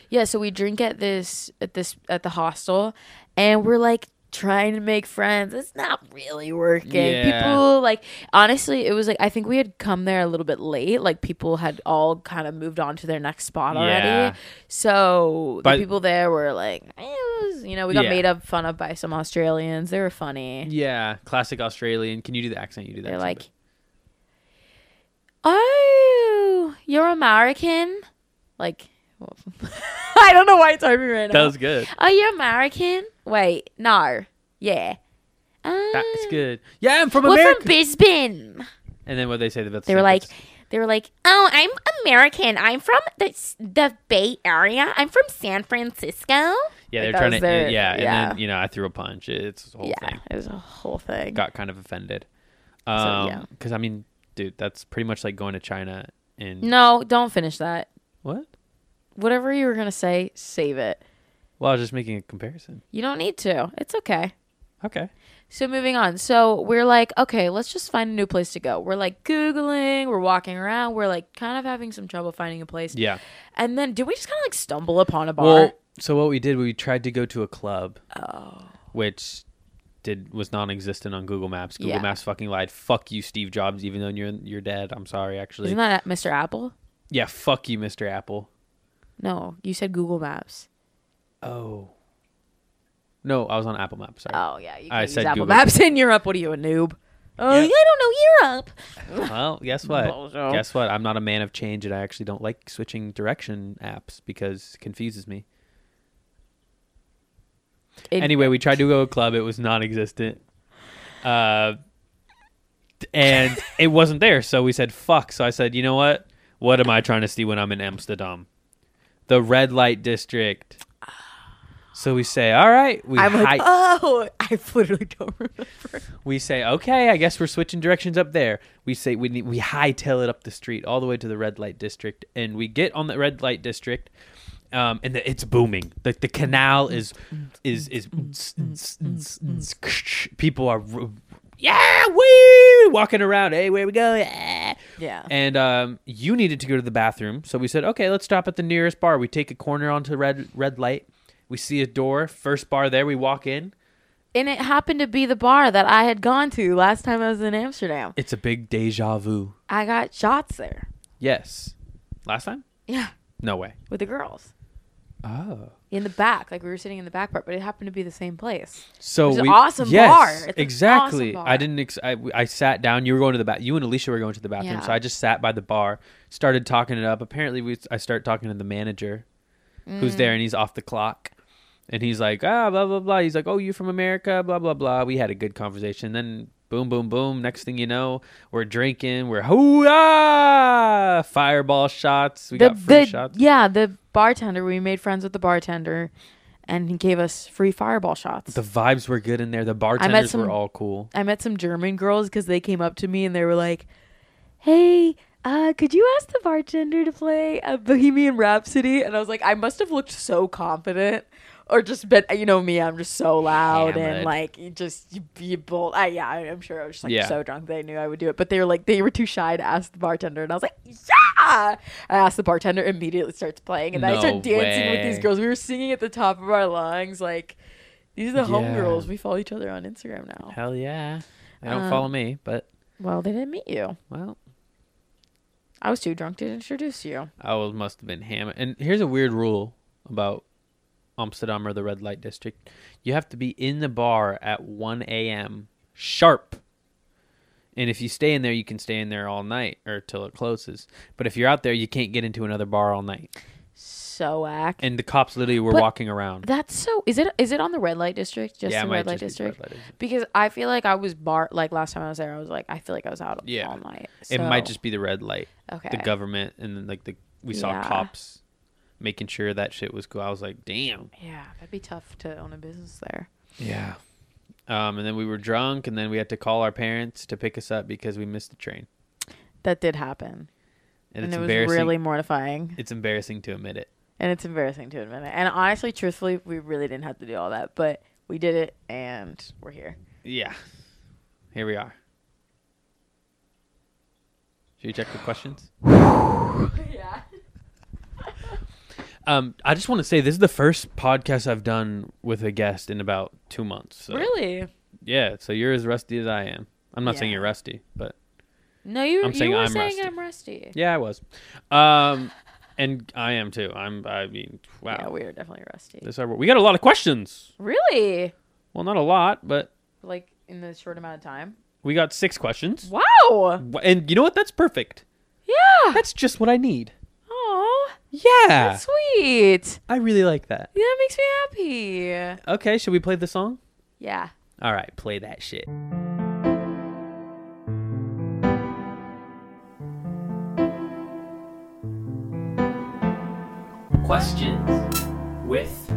Yeah, so we drink at this at this at the hostel, and we're like trying to make friends. It's not really working.
Yeah.
People like honestly, it was like I think we had come there a little bit late. Like people had all kind of moved on to their next spot already.
Yeah.
So
But-
the people there were like, eh, it was, you know, we got
Yeah.
made up fun of by some Australians. They were funny.
yeah, classic Australian. Can you do the accent? You do that.
They're
accent,
like, "Oh, you're American." Like, well, I don't know why it's happening right
but- that
now.
was good.
Are you American? Wait, no. Yeah. Uh,
That's good. Yeah, I'm from
We're
America.
from Brisbane.
and then what they say about the
They were like,
Celtics.
they were like, "Oh, I'm American. I'm from the the Bay Area. I'm from San Francisco." like,
yeah, they're
that
trying
was
to,
their-
yeah,
yeah.
and then you know, I threw a punch. It's a whole
yeah,
thing.
it was a whole thing.
got kind of offended. Um 'cause
yeah.
Because I mean, dude, that's pretty much like going to China and
no, don't finish that.
what?
Whatever you were gonna say, save it.
Well, I was just making a comparison.
You don't need to. It's okay.
Okay.
So moving on. So we're like, okay, let's just find a new place to go. We're like googling, we're walking around, we're like kind of having some trouble finding a place.
Yeah.
And then did we just kind of like stumble upon a bar?
Well, so what we did, we tried to go to a club,
oh,
which did was non-existent on Google Maps. Google
Yeah.
Maps fucking lied. Fuck you, Steve Jobs. Even though you're you're dead. I'm sorry, actually.
isn't that Mr. Apple?
yeah. Fuck you, Mr. Apple.
No, you said Google Maps.
Oh. No, I was on Apple Maps. Sorry.
Oh yeah, you
I
can't use
said
Apple
Google.
Maps in Europe. What are you a noob? Oh,
Yeah.
I don't know Europe.
Well, guess what?
Bozo.
Guess what? I'm not a man of change, and I actually don't like switching direction apps because it confuses me.
It-
anyway, we tried to go to a club. It was non-existent. Uh, and it wasn't there. So we said, fuck. So I said, you know what? What am I trying to see when I'm in Amsterdam? The red light district. So we say, all right. We,
I'm like,
hike-
oh, I literally don't remember.
we say, okay, I guess we're switching directions up there. We say we need, we hightail it up the street all the way to the red light district, and we get on the red light district, um, and the, it's booming. The, the canal is is is people are ro- yeah, we walking around. Hey, where we go? Yeah.
Yeah.
And um, you needed to go to the bathroom, so we said, okay, let's stop at the nearest bar. We take a corner onto red red light. We see a door, first bar there. We walk in.
And it happened to be the bar that I had gone to last time I was in Amsterdam.
It's a big deja vu.
I got shots there.
Yes. Last time?
Yeah,
No way.
with the girls.
Oh.
in the back, like we were sitting in the back part, but it happened to be the same place.
So
It's an
we
awesome
yes,
bar. It's an
exactly.
awesome
I
bar.
didn't. Ex- I, I sat down. You were going to the bath. You and Alicia were going to the bathroom.
Yeah.
So I just sat by the bar, started talking it up. Apparently, we I start talking to the manager,
Mm.
who's there, and he's off the clock, and he's like, ah, blah blah blah. He's like, oh, you from America? Blah blah blah. We had a good conversation. Then Boom, boom, boom. Next thing you know, we're drinking. We're hoo Fireball shots. We
the,
got free
the-
shots.
Yeah, the bartender. We made friends with the bartender, and he gave us free fireball shots.
The vibes were good in there. The bartenders
some-
were all cool.
I met some German girls because they came up to me and they were like, "Hey, uh, could you ask the bartender to play a Bohemian Rhapsody?" And I was like, I must have looked so confident, or just been, you know me, I'm just so loud
Hammered.
and like you just you, you bold. I, yeah, I, I'm sure I was just like
Yeah.
so drunk they knew I would do it, but they were like they were too shy to ask the bartender, and I was like, yeah. I asked the bartender, immediately starts playing, and then I
No
start dancing with these
way.
girls. We were singing at the top of our lungs, like. These are the
Yeah.
homegirls. We follow each other on Instagram now.
Hell yeah. They don't
Um,
follow me, but
Well, they didn't meet you.
well,
I was too drunk to introduce you.
I was, must have been hammered. And here's a weird rule about Amsterdam or the red light district: you have to be in the bar at 1 a.m. sharp. And if you stay in there, you can stay in there all night or till it closes. But if you're out there, you can't get into another bar all night.
So whack.
And the cops literally were
But
walking around.
That's so. Is it is it on the red light district? Just
yeah, it
the
might
red light
just be the
district.
red light district.
Because I feel like I was bar like last time I was there. I was like I feel like I was out
Yeah.
all night.
It might
so-
just be the red light.
okay.
the government and then like the we saw
Yeah.
cops making sure that shit was cool. I was like, damn.
yeah, that'd be tough to own a business there.
Yeah. Um, and then we were drunk, and then we had to call our parents to pick us up because we missed the train.
That did happen, and
And, it's
it was
embarrassing.
really mortifying,
it's embarrassing to admit it.
and it's embarrassing to admit it. And honestly, truthfully, we really didn't have to do all that, but we did it, and we're here.
Yeah. Here we are. Should we check the questions?
yeah.
Um, I just want to say this is the first podcast I've done with a guest in about two months. So.
Really?
Yeah. So you're as rusty as I am. I'm not saying
Yeah.
you're rusty, but
No, you.
I'm
you
saying
were
I'm
saying
rusty.
I'm rusty.
Yeah, I was. Um, and I am too. I'm. I mean, wow.
Yeah, we are definitely rusty.
this hour, we got a lot of questions.
Really?
Well, not a lot, but
Like in the short amount of time?
we got six questions.
Wow.
Wh- And you know what? That's perfect.
Yeah.
That's just what I need.
Oh,
Yeah,
that's sweet.
I really like that.
Yeah, that makes me happy.
Okay, should we play the song?
Yeah.
All right, play that shit.
Questions with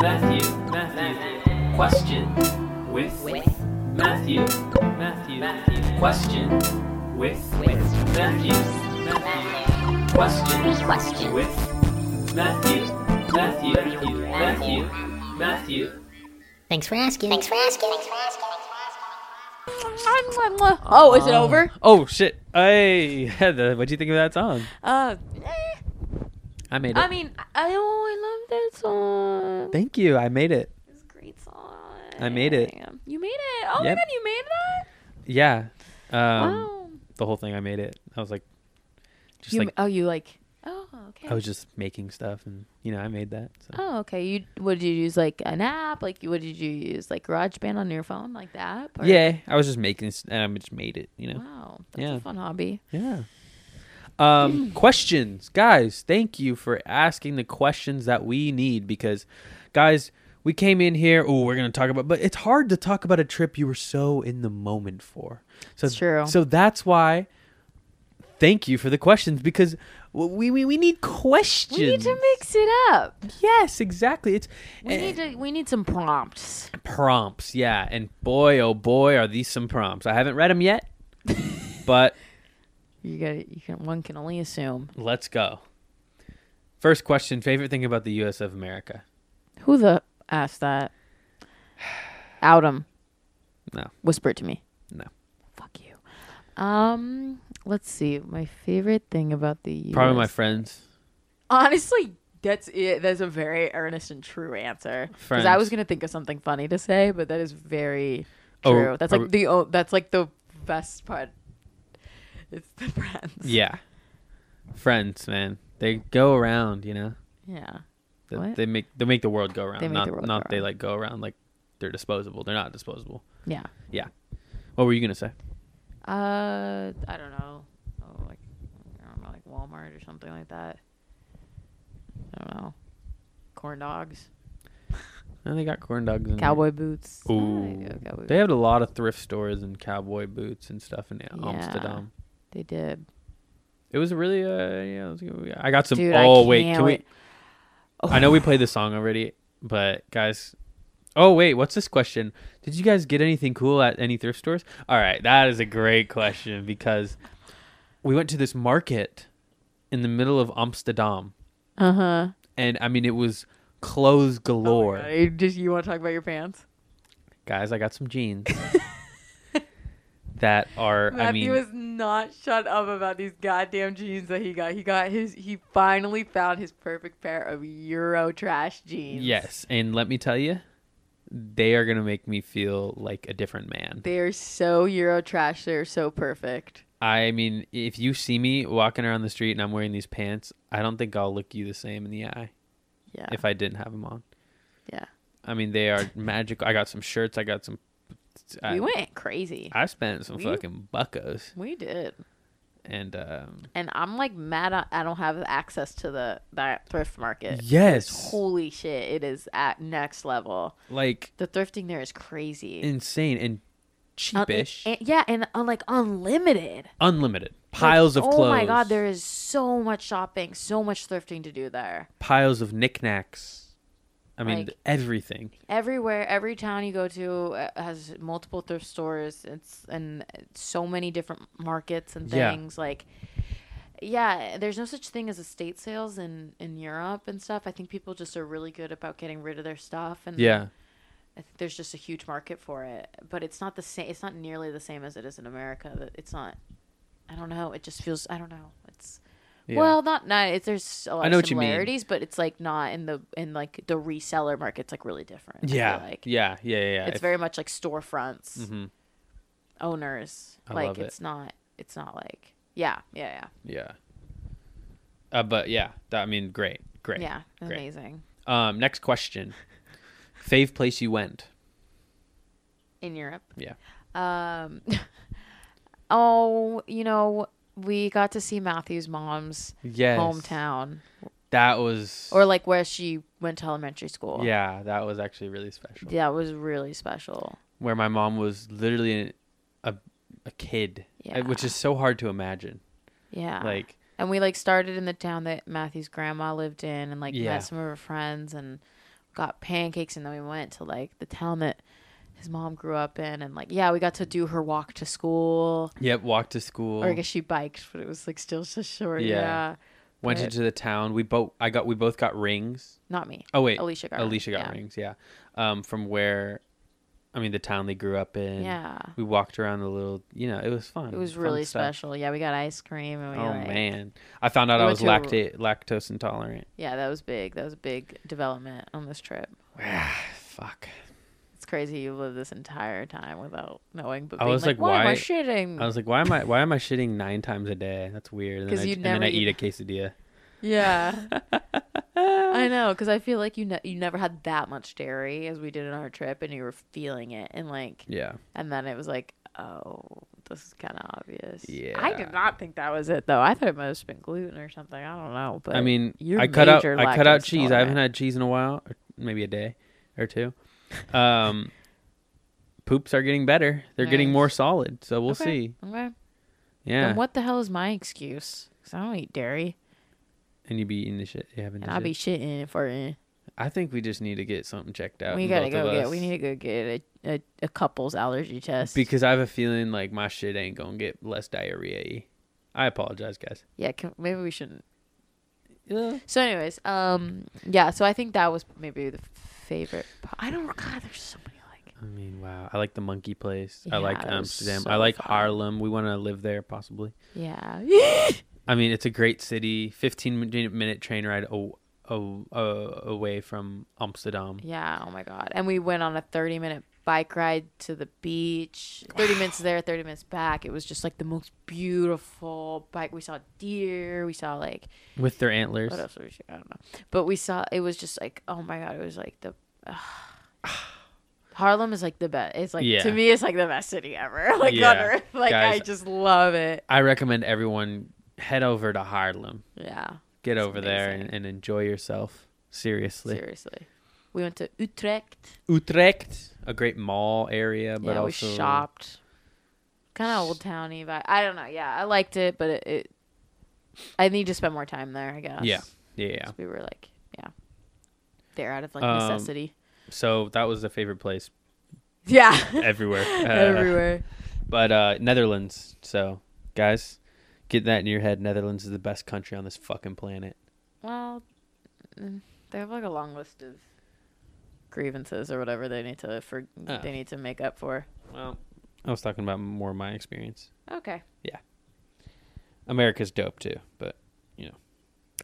Matthew. Matthew. Questions with, Matthew. Matthew. Matthew. Questions with, Matthew. Matthew. Questions
Questions.
with Matthew. Matthew. Matthew. Matthew.
Thanks for asking. Thanks for asking.
Oh, is it over?
Oh shit! Hey, Heather, what'd you think of that song?
Uh, eh,
I made it.
I mean, I oh, I love that song.
Thank you. I made it.
It's a great song.
I made it.
You made it. Oh my
Yep.
god, you made that?
Yeah. Um,
wow.
The whole thing, I made it. I was like, just
You
like
ma- oh, you like. Oh, okay.
I was just making stuff, and you know, I made that. So.
Oh, okay. You what did you use like an app? Like what did you use like GarageBand on your phone like that? Or-
Yeah, I was just making, s- and I just made it. You know.
Wow, that's
Yeah.
a fun hobby.
Yeah.
Hmm.
Um, questions, guys. Thank you for asking the questions that we need because, guys, we came in here. Oh, we're gonna talk about, but it's hard to talk about a trip you were so in the moment for. So
It's true.
So that's why. Thank you for the questions because w- we we, we need questions.
We need to mix it up.
yes, exactly. It's
We need
Eh.
to. We need some prompts.
prompts yeah and boy oh boy are these some prompts i haven't read them yet but
You got. You can. One can only assume.
let's go first question favorite thing about the us of america
Who the asked that? Out him.
No.
Whisper it to me.
No.
Fuck you. Um. Let's see. My favorite thing about the
probably my
US.
friends
Honestly, that's it. That's a very earnest and true answer. Because I
Friends.
was gonna think of something funny to say, but that is very
Oh,
true. that's
are
like
we-
the oh, that's like the best part. It's the friends.
yeah friends man they go around you know
Yeah.
they,
What?
they make they make the world go around
They make
not,
the world
not
go
they
around.
like go around like they're disposable they're not disposable
Yeah.
what were you gonna say
Uh, I don't know. Oh, like I don't know, like Walmart or something like that. I don't know. Corn dogs.
And they got corn dogs. In there.
Cowboy boots. I
Mm. Ooh.
go cowboy
They
boots.
had a lot of thrift stores and cowboy boots and stuff in
Yeah.
Amsterdam.
They did.
It was really uh yeah. It was a good movie. I got some.
Dude, I
oh wait,
can't
can we?
wait. Oh.
I know we played this song already, but guys. Oh wait, what's this question? Did you guys get anything cool at any thrift stores? All right, that is a great question because we went to this market in the middle of Amsterdam,
Uh huh.
and I mean it was clothes galore.
Just Oh you want to talk about your pants?
guys, I got some jeans that are. I mean,
Matthew is not shut up about these goddamn jeans that he got. He got his. He finally found his perfect pair of Euro trash jeans.
Yes, and let me tell you, they are gonna make me feel like a different man.
They are so Euro trash. They are so perfect.
I mean, if you see me walking around the street and I'm wearing these pants, I don't think I'll look you the same in the eye
Yeah.
if I didn't have them on.
Yeah.
I mean, they are magical. I got some shirts. I got some. I,
we went crazy.
I spent some
We-
fucking buckos,
we did.
and um,
And I'm like mad I- I don't have access to the that thrift market.
yes,
Holy shit, it is at next level.
like
The thrifting there is crazy.
insane and
Un-
cheapish,
and- yeah, and uh, like unlimited.
unlimited piles
Like,
of clothes.
Oh my god, there is so much shopping, so much thrifting to do there.
piles of knickknacks. I mean,
Like- mm-hmm.
everything.
Everywhere, every town you go to uh, has multiple thrift stores. It's and so many different markets and
Yeah.
things like. Yeah, there's no such thing as estate sales in in Europe and stuff. I think people just are really good about getting rid of their stuff and
Yeah.
I think there's just a huge market for it, but it's not the same. It's not nearly the same as it is in America. That It's not. I don't know. It just feels. I don't know. It's
Yeah.
well, not not. It, there's a lot
I know
of
what you mean.
similarities, but it's like not in the in like the reseller market. It's like really different. I feel
Yeah.
like
yeah. Yeah. Yeah. Yeah.
it's
If-
very much like storefronts,
Mhm.
owners.
I
like
love it.
it's not. It's not like yeah, yeah,
Yeah. Uh, but yeah, that, I mean, great,
yeah,
great.
yeah.
Great.
Amazing
Um, next question. Fave place you went?
in Europe.
Yeah.
Um, oh, you know, we got to see Matthew's mom's
Yes.
hometown.
That was.
or like where she went to elementary school.
Yeah, that was actually really special.
that was really special.
Where my mom was literally a a kid, uh, which
Yeah. Ah.
is so hard to imagine.
Yeah,
Like,
and we like started in the town that Matthew's grandma lived in, and like
Yeah.
met some of her friends and got pancakes, and then we went to like the town that his mom grew up in, and like yeah, we got to do her walk to school,
yep, walked to school.
or I guess she biked, but it was like still so short.
Yeah.
Yeah,
went
but-
into the town. We both I got we both got rings.
not me.
Oh wait,
Alicia got
Alicia got
yeah.
rings. Yeah, um, from where, I mean, the town they grew up in.
Yeah.
we walked around the little. You know, it was fun.
It was
fun
really
stuff.
special. Yeah, we got ice cream and we
Oh
like
man, I found out
We
I
went
was
to a-
lactate lactose intolerant.
yeah, that was big. That was a big development on this trip. Ah,
Fuck.
It's crazy you lived this entire time without knowing. But
I
being
was like,
why, am I
why-
shitting?
I was like, why am I why am I shitting nine times a day? That's weird. And then
'Cause
I,
you
and then
never
I
eat-
eat a quesadilla.
yeah, I know, because I feel like you ne- you never had that much dairy as we did in our trip, and you were feeling it, and like,
Yeah.
and then it was like, oh, this is kind of obvious. I
Yeah.
did not think that was it though. I thought it might have been gluten or something. I don't know, but
I mean,
you're
I cut out
major
I cut out
lactose
cheese. I haven't had cheese in a while, or maybe a day or two. Um, poops are getting better. They're getting
Nice.
more solid. So we'll
Okay,
see.
Okay.
Yeah.
Then what the hell is my excuse? Because I don't eat dairy,
And you be eating the shit you haven't.
and I'll be shitting and farting.
I think we just need to get something checked out.
We
in
gotta
both of
go get.
us.
We need to go get a, a, a couple's allergy test.
because I have a feeling like my shit ain't gonna get less diarrhea. I apologize, guys.
yeah, can, maybe we shouldn't.
Yeah.
So, anyways, um, yeah. So I think that was maybe the favorite. po- I don't. God, there's so many like.
I mean, wow. I like the monkey place. I like
Yeah, that was
Amsterdam.
so
I like
fun.
Harlem. We want to live there, possibly.
Yeah.
I mean, it's a great city. 15 min- minute train ride a- a- a- away from Amsterdam.
yeah. Oh my God. And we went on a 30 minute bike ride to the beach. 30 minutes there, 30 minutes back. It was just like the most beautiful bike. We saw deer. We saw like
With their antlers.
what else did we see? I don't know. But we saw it was just like oh my god, it was like the Harlem is like the best. It's like
Yeah.
to me, it's like the best city ever. Like on
Yeah.
earth, like I
Guys-
just love it.
I recommend everyone head over to Harlem.
Yeah,
Get
It's
over there and,
amazing.
and enjoy yourself. Seriously.
seriously. We went to Utrecht.
Utrecht, a great mall area, but
yeah, we
also
shopped. Kind of old towny, but I don't know. Yeah, I liked it, but it, it. I need to spend more time there, I guess.
Yeah, yeah, yeah.
'Cause We were like, yeah, there out of like
Um,
necessity.
So that was a favorite place
Yeah,
everywhere. Uh,
everywhere.
But uh, Netherlands. So guys, get that in your head. Netherlands is the best country on this fucking planet.
Well, mm, they have like a long list of grievances or whatever they need to for
Oh.
they need to make up for.
Well, I was talking about more my experience.
Okay,
America's dope too, but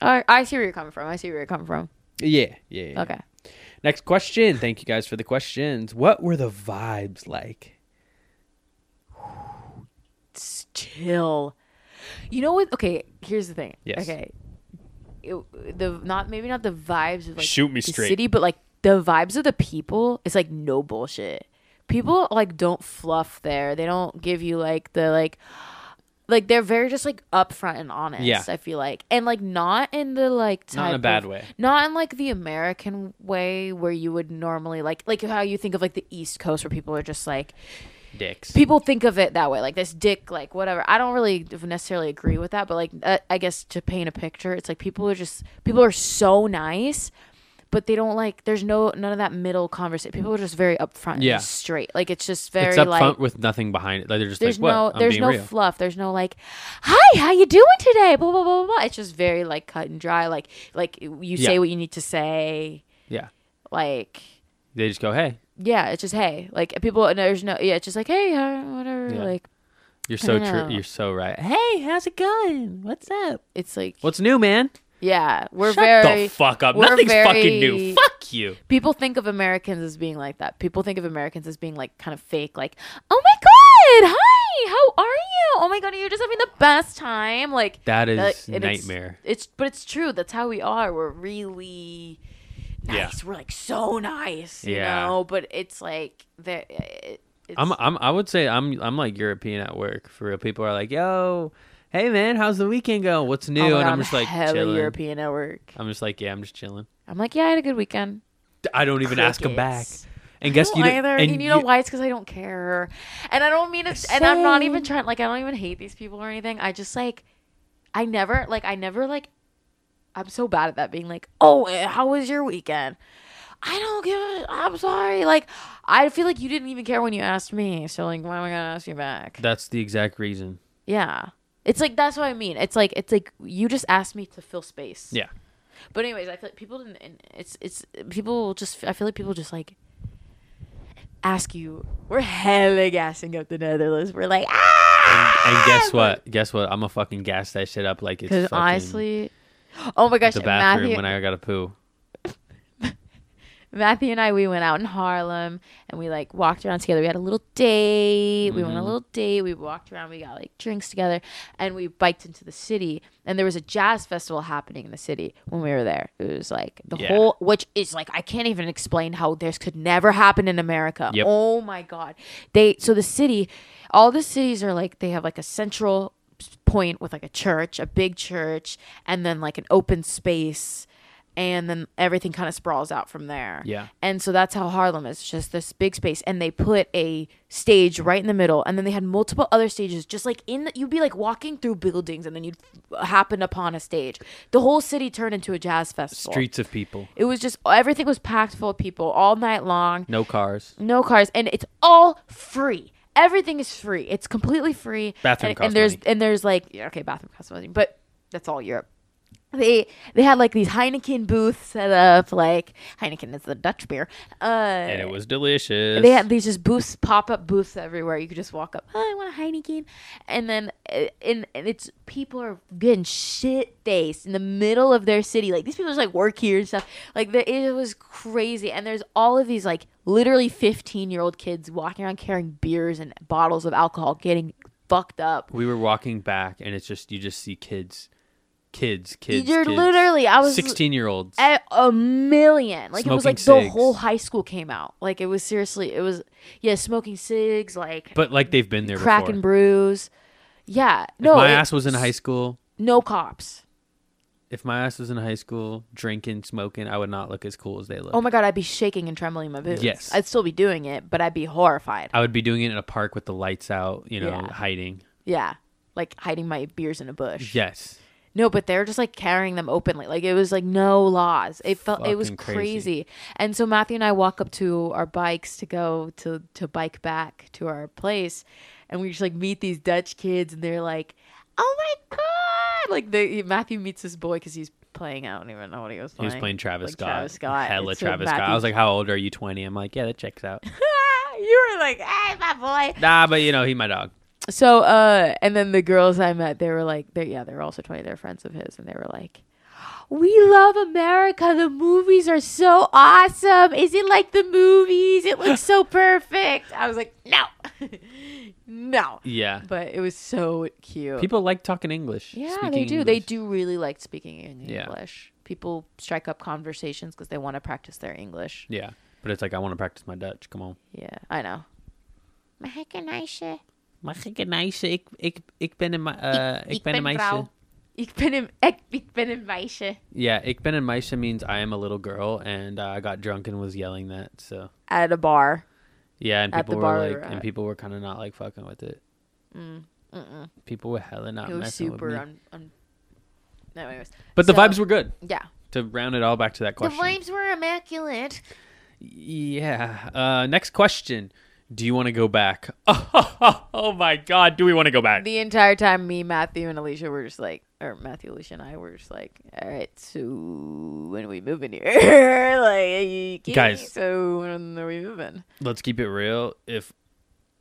I I see where you're coming from. I see where you're coming from.
yeah, yeah. yeah.
Okay,
Next question. Thank you guys for the questions. What were the vibes like?
it's chill. You know what? Okay, here's the thing.
Yes.
Okay, It- the not maybe not the vibes of like
Shoot me
the
straight.
city, but like the vibes of the people. It's like no bullshit. People like don't fluff there. They don't give you like the like like they're very just like upfront and honest.
Yeah.
I feel like, and like not in the like
Not in a
type
bad
of-
way.
not in like the American way where you would normally like like how you think of like the East Coast where people are just like
Dicks.
people think of it that way like this dick like whatever i don't really necessarily agree with that but like uh, i guess to paint a picture it's like people are just people are so nice but they don't like there's no none of that middle conversation people are just very upfront and
Yeah.
just straight like it's just very
it's up
like
front with nothing behind it. Like they're just
there's
like, what?
no
I'm
there's
being
no
real.
fluff there's no like hi how you doing today blah blah blah blah blah it's just very like cut and dry like like you say
Yeah.
what you need to say
yeah.
like
They just go, hey,
yeah it's just hey like people and there's no yeah it's just like hey how, whatever
Yeah.
like
you're so
know.
true. You're so right. Hey, how's it going? What's up?
it's like
What's new, man?
Yeah, we're
Shut
very
the fuck up.
we're
Nothing's fucking
very-
new. Fuck you.
people think of Americans as being like that. People think of Americans as being like kind of fake, like, "Oh my god, hi, how are you? Oh my god, you're just having the best time." Like
That is
like, and it's-
nightmare.
It's, but it's true. That's how we are. We're really
Yeah.
nice. We're like so nice, you
Yeah.
know. But it's like that. It, it's,
I'm, I'm, I would say I'm, I'm like European at work for real. People are like, yo, hey man, how's the weekend going? What's new?
oh my God,
and I'm
I'm
just like
hella
chilling.
European at work.
I'm just like, yeah, I'm just chilling.
I'm like, yeah, I had a good weekend.
I don't even ask them back.
Crickets.
And guess
don't
you don't-
either. And,
and
you know why? It's because I don't care. And I don't mean it. And I'm not even
Same.
trying. Like I don't even hate these people or anything. I just like, I never like. I never like. I'm so bad at that. Being like, oh, eh, how was your weekend? I don't give. a I'm sorry. Like I feel like you didn't even care when you asked me. So like, why am I gonna ask you back?
That's the exact reason.
yeah. It's like that's what I mean. It's like it's like you just asked me to fill space.
Yeah.
But anyways, I feel like people didn't. and It's it's people just. I feel like people just like ask you. We're hella gassing up the Netherlands. We're like ah.
And guess what? Guess what? I'm gonna fucking gas that shit up like it's
Because
fucking
honestly, oh my gosh,
the bathroom
Matthew,
when I gotta poo.
Matthew and I we went out in Harlem and we like walked around together. We had a little date. We went on a little date. We walked around. We got like drinks together, and we biked into the city. And there was a jazz festival happening in the city when we were there. It was like the
Yeah.
whole, which is like I can't even explain how this could never happen in America.
Yep.
Oh my god! They so the city, all the cities are like they have like a central point with like a church, a big church, and then like an open space. And then everything kind of sprawls out from there.
Yeah.
And so that's how Harlem is just this big space. And they put a stage right in the middle. And then they had multiple other stages, just like in the, you'd be like walking through buildings and then you'd happen upon a stage. The whole city turned into a jazz festival.
Streets of people.
It was just everything was packed full of people all night long.
No cars.
No cars, and it's all free. Everything is free. It's completely free.
Bathroom
and,
costs
and there's
money.
and there's like yeah, okay, bathroom costs money, but that's all Europe. They they had like these Heineken booths set up. Like Heineken is the Dutch beer. Uh,
And it was delicious.
they had these just booths, pop up booths everywhere. You could just walk up. Oh, I want a Heineken, and then uh, and, and it's people are getting shit faced in the middle of their city. Like these people just like work here and stuff. Like the, it was crazy. And there's all of these like literally 15 year old kids walking around carrying beers and bottles of alcohol, getting fucked up.
we were walking back and it's just you just see kids. Kids, kids.
You're
kids.
literally- I was-
sixteen year olds.
a, a million. Like it was
Smoking
like the
cigs.
whole high school came out. Like it was seriously. It was yeah, smoking cigs like.
But like they've been there
crack
before.
and brews. Yeah, no,
My
it-
ass was in high school.
no cops.
if my ass was in high school drinking, smoking, I would not look as cool as they look.
Oh my god, I'd be shaking and trembling in my boots.
Yes.
I'd still be doing it, but I'd be horrified.
I would be doing it in a park with the lights out, you know,
Yeah.
hiding.
yeah. Like hiding my beers in a bush.
Yes.
No, but they're just like carrying them openly. Like it was like no laws. It felt it was
Fucking
crazy.
crazy.
And so Matthew and I walk up to our bikes to go to to bike back to our place, and we just like meet these Dutch kids, and they're like, "Oh my god!" Like they, Matthew meets this boy because he's playing. I don't even know what he was
He
playing.
was playing Travis
Like
Scott.
Travis Scott.
Hella
And so
Travis Scott. I
Matthew-
was like, how old are you? 20. I'm like, yeah, that checks out.
you were like, "Hey, my boy."
nah, but you know, he my dog.
So, uh, and then the girls I met, they were like, they yeah, they were also 20, they're friends of his, and they were like, we love America. The movies are so awesome. Is it like the movies? It looks so perfect. I was like, no, no.
Yeah.
But it was so cute.
People like talking English.
Oh. yeah,
speaking
they do. They
English.
do really like speaking in
Yeah.
English. People strike up conversations because they want to practice their English.
Yeah. But it's like, I want to practice my Dutch. Come on.
Yeah, I know.
Mag ik een meisje? Ik, ik, ik ben een, eh, ik, ben een meisje.
Ik ben een, ik, ik ben een meisje.
Yeah, ik ben een meisje means I am a little girl, and uh, I got drunk and was yelling that. So
At a bar.
yeah, and
At the
people
bar uh,
were
we
like,
were
and
at.
people were kind of not like fucking with it.
Mm-mm.
People were hella not
It was
messing with
super
me.
un. un- no, anyways.
but the
so-
vibes were good.
Yeah.
To round it all back to that question.
were immaculate.
Yeah. Uh, next question. Do you want to go back? oh my God! Do we want to go back?
The entire time, me, Matthew, and Alicia were just like, or Matthew, Alicia, and I were just like, all right, so when are we moving here? like, okay,
Guys.
So when are we moving?
Let's keep it real. If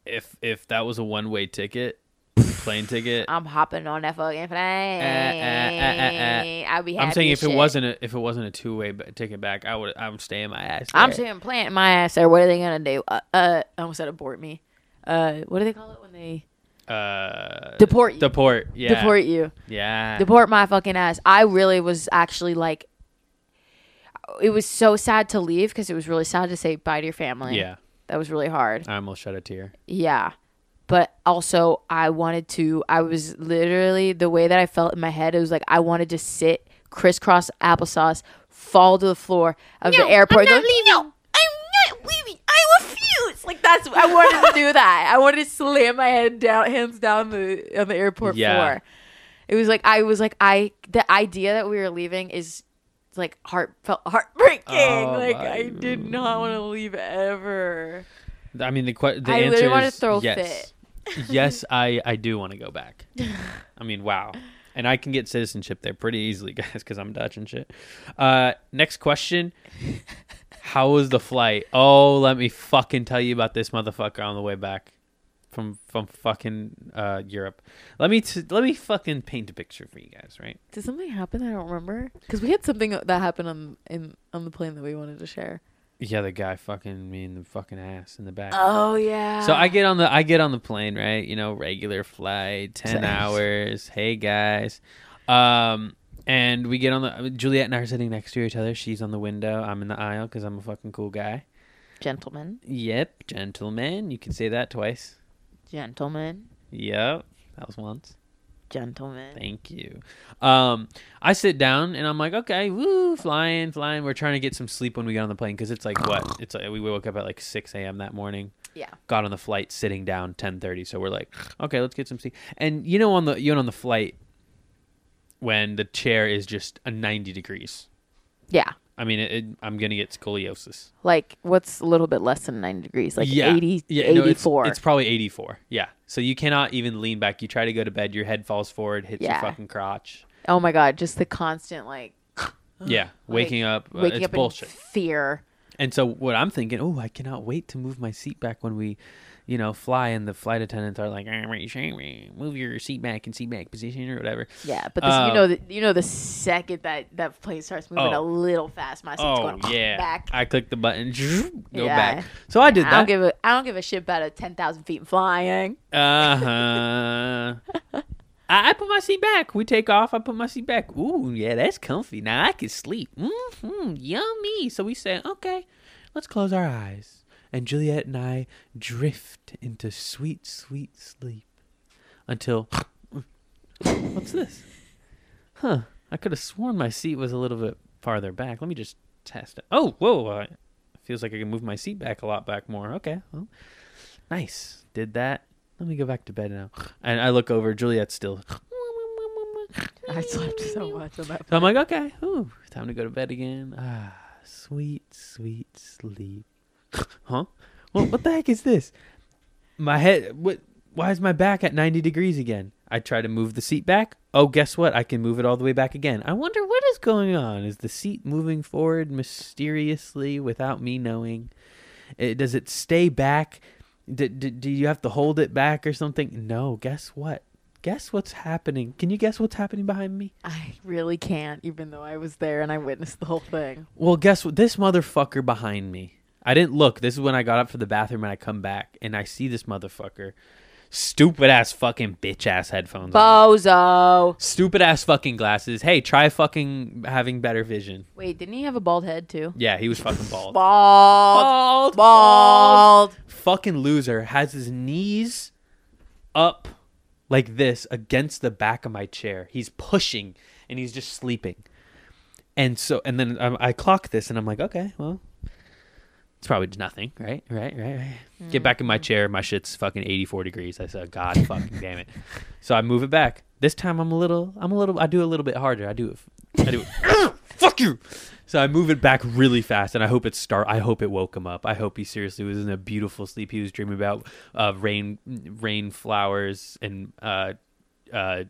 if if that was a one way ticket, plane ticket,
I'm hopping on that fucking plane.
eh, eh,
I'll be happy.
I'm saying
as
if it
shit.
wasn't a, if it wasn't a two way b- ticket back, I would I'm staying my ass.
I'm
there.
saying plant my ass there. What are they gonna do? Uh, uh I almost said abort me. Uh, what do they call it when they
uh,
Deport you.
deport yeah
deport you?
yeah
deport my fucking ass. I really was actually like, it was so sad to leave because it was really sad to say bye to your family.
yeah.
That was really hard.
I almost shed a tear.
Yeah. But also, I wanted to, I was literally, the way that I felt in my head, it was like, I wanted to sit crisscross applesauce, fall to the floor of the airport. go, No, I'm not leaving. I refuse. Like, that's, I wanted to do that. I wanted to slam my head down, hands down the, on the airport
Yeah.
floor. It was like, I was like, I, the idea that we were leaving is like heart felt heartbreaking.
Oh,
like,
my-
I did not want to leave ever.
I mean, the que- the
I literally
answer
wanna
is
throw a
yes. yes, I I do want to go back. I mean, wow. And I can get citizenship there pretty easily, guys, because I'm Dutch and shit. Uh, next question: How was the flight? Oh, let me fucking tell you about this motherfucker on the way back from from fucking uh, Europe. Let me t- let me fucking paint a picture for you guys, right?
Did something happen? I don't remember. Because we had something that happened on in on the plane that we wanted to share.
Yeah, the guy fucking me in the fucking ass in the back.
Oh yeah.
So I get on the I get on the plane, right? You know, regular flight, ten hours. Hey guys, um, and we get on the Juliet and I are sitting next to each other. She's on the window. I'm in the aisle because I'm a fucking cool guy.
gentlemen,
Yep, gentleman. You can say that twice.
gentlemen,
Yep, that was once.
gentlemen.
Thank you. Um, I sit down and I'm like, okay, woo, flying, flying. We're trying to get some sleep when we get on the plane because it's like what? It's like we woke up at like six a.m. that morning.
Yeah.
got on the flight sitting down 10:30 so we're like okay let's get some sleep and you know on the you know on the flight when the chair is just a 90 degrees
Yeah.
i mean it, it, i'm gonna get scoliosis
Like what's a little bit less than ninety degrees? Like
yeah.
eighty,
yeah, no, it's-
eighty-four.
it's, probably 84 yeah so you cannot even lean back you try to go to bed your head falls forward hits
Yeah.
your fucking crotch
oh my god! Just the constant like
yeah waking up uh,
waking
it's
up
bullshit
in fear.
And so what I'm thinking, oh, I cannot wait to move my seat back when we, you know, fly. And the flight attendants are like, "Ah, wait, shame, wait, move your seat back in seat back position or whatever.
Yeah, but this,
Um,
you know, the, you know, the second that that plane starts moving
Oh.
a little fast, my seat's
Oh
going
yeah,
back.
I click the button, go
Yeah.
back. So I did
I don't
that.
give a I don't give a shit about a ten thousand feet and flying.
Uh huh. Uh-huh. I, I put my seat back. We take off. I put my seat back. Ooh, yeah, that's comfy. Now I can sleep. Mm-hmm, yummy. So we say, okay, let's close our eyes. And Juliet and I drift into sweet, sweet sleep until. What's this? Huh. I could have sworn my seat was a little bit farther back. Let me just test it. Oh, whoa! Uh, feels like I can move my seat back a lot back more. Okay, well, nice. Did that. Let me go back to bed now. And I look over. Juliet's still.
I slept so much on that.
So I'm like, okay, ooh, time to go to bed again. Ah, sweet, sweet sleep. huh? Well, what the heck is this? My head. What? Why is my back at 90 degrees again? I try to move the seat back. Oh, guess what? I can move it all the way back again. I wonder what is going on. Is the seat moving forward mysteriously without me knowing? It, does it stay back? D- d- do you have to hold it back or something? No. Guess what? Guess what's happening? Can you guess what's happening behind me?
I really can't, even though I was there and I witnessed the whole thing.
Well, guess what? This motherfucker behind me. I didn't look. This is when I got up for the bathroom and I come back and I see this motherfucker. Stupid ass fucking bitch ass headphones. on.
Bozo.
Stupid ass fucking glasses. Hey, try fucking having better vision.
Wait, didn't he have a bald head too?
Yeah, he was fucking bald.
Bald.
Bald.
Bald.
Fucking loser has his knees up like this against the back of my chair. He's pushing and he's just sleeping. And so, and then I, I clock this and I'm like, okay, well, it's probably nothing, right? Right, right, right. Get back in my chair. My shit's fucking 84 degrees. I said, God fucking damn it. So I move it back. This time I'm a little, I'm a little, I do a little bit harder. I do it, I do it. Fuck you. So I move it back really fast, and I hope it start. I hope it woke him up. I hope he seriously was in a beautiful sleep. He was dreaming about uh, rain, rain flowers, and uh, uh,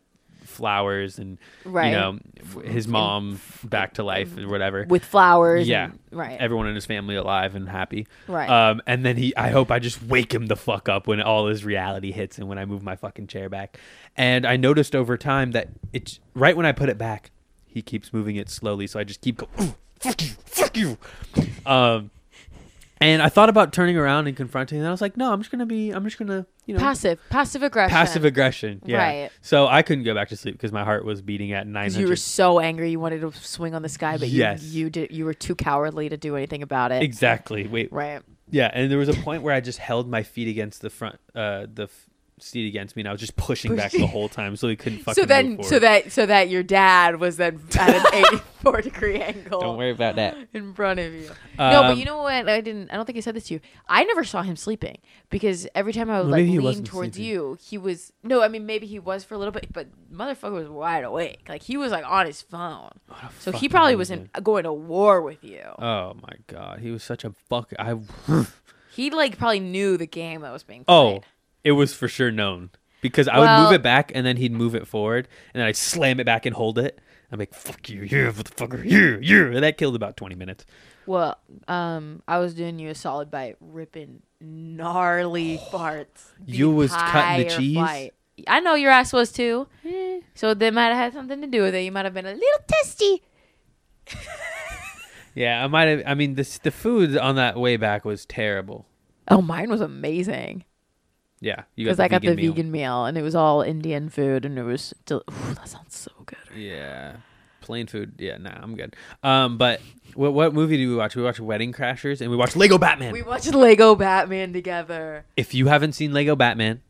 flowers, and
Right.
you know his mom back to life and whatever.
um, With flowers.
Yeah.
and- right.
Everyone in his family alive and happy.
Right.
Um, and then he, I hope I just wake him the fuck up when all his reality hits and when I move my fucking chair back. And I noticed over time that it's right when I put it back, he keeps moving it slowly. So I just keep going, Ooh, fuck you, fuck you. Um, and I thought about turning around and confronting him. And I was like, no, I'm just going to be, I'm just going to, you know,
passive. Passive aggression.
passive aggression. Yeah.
Right.
So I couldn't go back to sleep because my heart was beating at 900.
You were so angry you wanted to swing on this guy, but you-
Yes.
you, did you were too cowardly to do anything about it.
exactly. Wait,
right.
Yeah, and there was a point where I just held my feet against the front, uh, the f- seat against me, and I was just pushing back the whole time, so he couldn't fucking.
So then
move
so
forward.
that so that your dad was then at an eighty four degree angle.
Don't worry about that.
in front of you. no, but
Um,
you know what? I didn't. I don't think I said this to you. I never saw him sleeping because every time I would
Well,
like
maybe he
lean
wasn't
towards
sleeping.
you, he was. No, I mean maybe he was for a little bit, but motherfucker was wide awake. Like he was like on his phone, so he
Oh, fucking
probably
loser.
wasn't going to war with you.
Oh my god, he was such a fuck. I
he like probably knew the game that was being played.
oh, it was for sure known because I would
Well-
move it back, and then he'd move it forward, and then I'd slam it back and hold it. I'm like, fuck you, you motherfucker, you, you. And that killed about 20 minutes.
Well, um, I was doing you a solid by ripping gnarly parts. the
Oh. You was cutting the
entire
cheese? Eh.
flight. I know your ass was too. So they might have had something to do with it. You might have been a little testy.
Yeah, I might have. I mean, this, the food on that way back was terrible.
Oh, mine was amazing
Yeah, you
because I got the
meal.
vegan meal and it was all Indian food and it was still. Ooh, that sounds so good.
Yeah. Plain food. Yeah, nah, I'm good. Um, but what what movie do we watch? We watch Wedding Crashers and we watch Lego Batman.
We watched Lego Batman together.
if you haven't seen Lego Batman,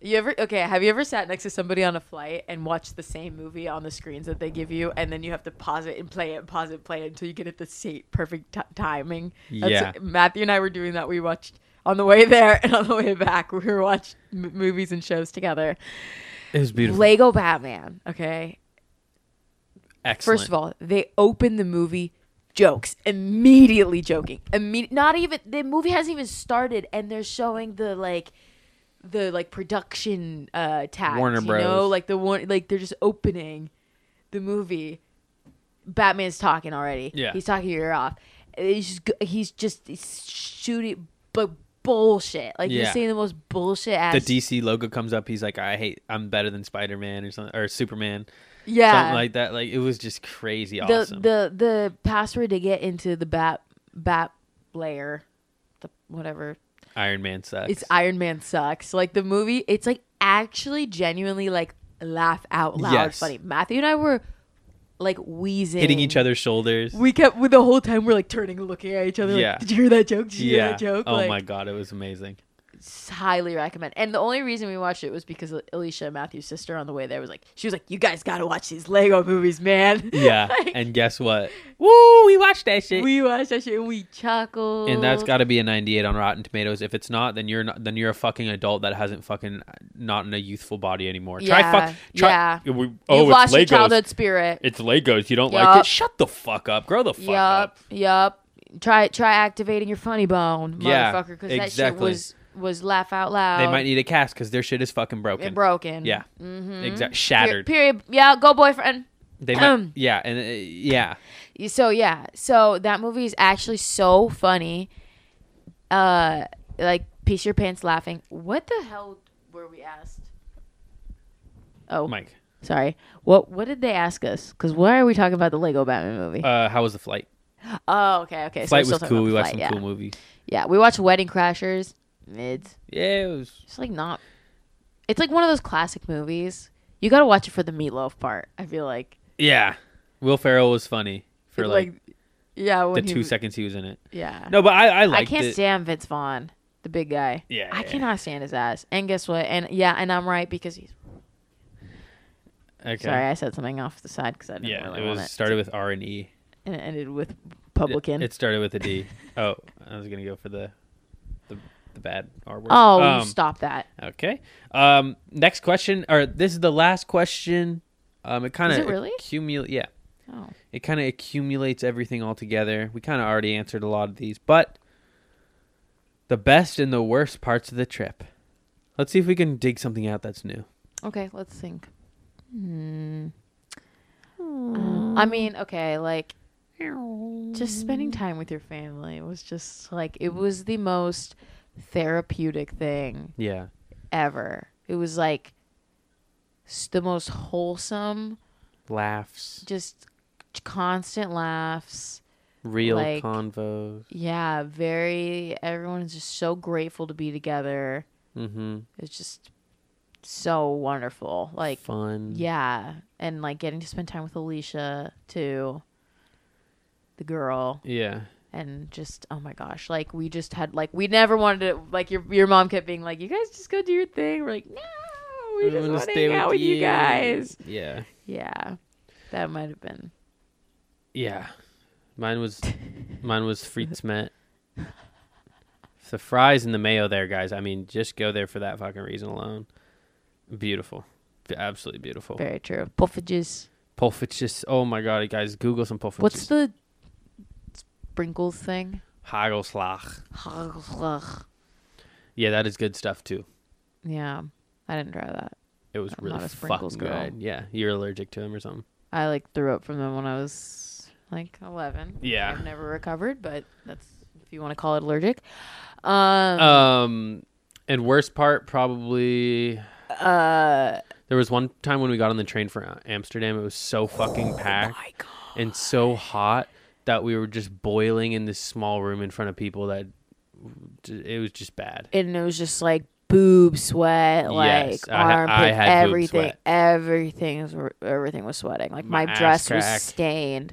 You ever okay? Have you ever sat next to somebody on a flight and watched the same movie on the screens that they give you, and then you have to pause it and play it, pause it, play it until you get it the same perfect t- timing?
Yeah.
Matthew and I were doing that. We watched on the way there and on the way back. We were watching m- movies and shows together.
it was beautiful.
Lego Batman. Okay.
Excellent.
First of all, they open the movie jokes immediately joking. Imme- not even the movie hasn't even started and they're showing the like the like production uh tags,
Warner
you
Bros.
know, like the one like they're just opening the movie. Batman's talking already.
Yeah.
He's talking your ear off. And He's just, go- he's just he's shooting but bullshit. Like he's
Yeah.
saying the most bullshit ass
the DC logo comes up. He's like, I hate. I'm better than Spider Man or something or Superman.
yeah.
Something like that. Like it was just crazy
the
awesome.
the the password to get into the bat bat layer, the whatever.
Iron Man sucks.
It's Iron Man sucks. Like the movie, it's like actually genuinely like laugh out loud
Yes.
funny. Matthew and I were like wheezing,
hitting each other's shoulders.
We kept with the whole time we're like turning, and looking at each other.
Yeah.
Like, Did you hear that joke? Did you
yeah.
hear that joke?
oh
like,
my god, it was amazing.
s- highly recommend. And the only reason we watched it was because Alicia Matthews' sister on the way there was like, she was like, "You guys gotta watch these Lego movies, man."
Yeah.
Like,
and guess what? Woo, we watched that shit.
we watched that shit and we chuckled.
and that's got to be a 98 on Rotten Tomatoes. If it's not, then you're not, then you're a fucking adult that hasn't fucking not in a youthful body anymore.
Yeah,
Try fuck. Try,
yeah.
We,
You've
oh, it's
lost your
Legos.
childhood spirit.
It's Legos. You don't like
Yup.
it? Shut the fuck up. Grow the fuck
Yup.
up.
Yup. Try try activating your funny bone,
Yeah,
motherfucker, because that shit
exactly.
was was laugh out loud.
They might need a cast because their shit is fucking broken.
it Oh. broken.
Yeah.
Mm-hmm.
Exact. Shattered.
Period. Yeah. Go boyfriend.
They might. Yeah. And uh, yeah.
So yeah, so that movie is actually so funny. Uh, like piece your pants laughing. What the hell were we asked? Oh,
Mike,
sorry. What what did they ask us? Because why are we talking about the Lego Batman movie?
uh, how was the flight?
oh, okay, okay.
flight
so we're
was
still
cool.
talking
We
about
watched some
Flight,
cool
yeah.
movies.
Yeah, we watched Wedding Crashers. It's
Yeah. It was,
just like not. It's like one of those classic movies. You gotta watch it for the meatloaf part. I feel like
yeah. Will Ferrell was funny for like,
yeah, when
the
he
two
was-
seconds he was in it.
Yeah.
No, but I I
I
liked
can't
it.
stand Vince Vaughn, the big guy.
Yeah,
I
yeah.
cannot stand his ass. And guess what? And yeah, and I'm right because he's
okay.
sorry. I said something off the side because I didn't
Yeah.
really
It
want
was
it.
started with R and E.
and it ended with
It-
publican.
It started with a D. oh, I was gonna go for the the, the bad R word.
oh,
Um,
stop that!
Okay. Um, next question, or this is the last question. Um, it kind
Is
of
it really?
accumulate. Yeah,
Oh,
it kind of accumulates everything all together. We kind of already answered a lot of these, but the best and the worst parts of the trip. Let's see if we can dig something out that's new.
okay. Let's think. Hmm. Uh, I mean, okay, like just spending time with your family was just like it was the most therapeutic thing
Yeah.
ever. It was like s- the most wholesome
Laughs,
just constant laughs.
real
Like-
convos.
Yeah, very. Everyone's just so grateful to be together.
Mm-hmm.
It's just so wonderful. Like,
fun.
yeah, and like getting to spend time with Alicia too, the girl,
Yeah.
and just oh my gosh, like we just had like we never wanted to. Like your your mom kept being like, "You guys just go do your thing." We're like, "No, we just
wanna
want to hang out with you guys."
Yeah.
Yeah, that might have been.
Yeah. Mine was mine was Fritz Met. The fries and the mayo there, guys. I mean, just go there for that fucking reason alone. Beautiful. B- Absolutely beautiful.
Very true. Puffages.
Pulfiches. Oh my god, guys, Google some pulfiches.
What's the sprinkles thing?
Hagelslag.
Yeah,
Yeah, that is good stuff too.
I didn't try that.
It was
I'm not
really
a sprinkles
fucking
girl.
good. Yeah, you're allergic to them or something.
I like threw up from them when I was like 11.
Yeah.
I've never recovered, but that's if you want to call it allergic. Um,
Um and worst part probably
uh,
There was one time when we got on the train for Amsterdam. It was so
Oh
fucking packed and so hot that we were just boiling in this small room in front of people. That it was just bad.
and it was just like boob sweat, like
Yes, I ha-
armpit,
I had boob
everything,
sweat.
everything, was, everything was sweating. Like my,
My ass
dress was
crack.
stained.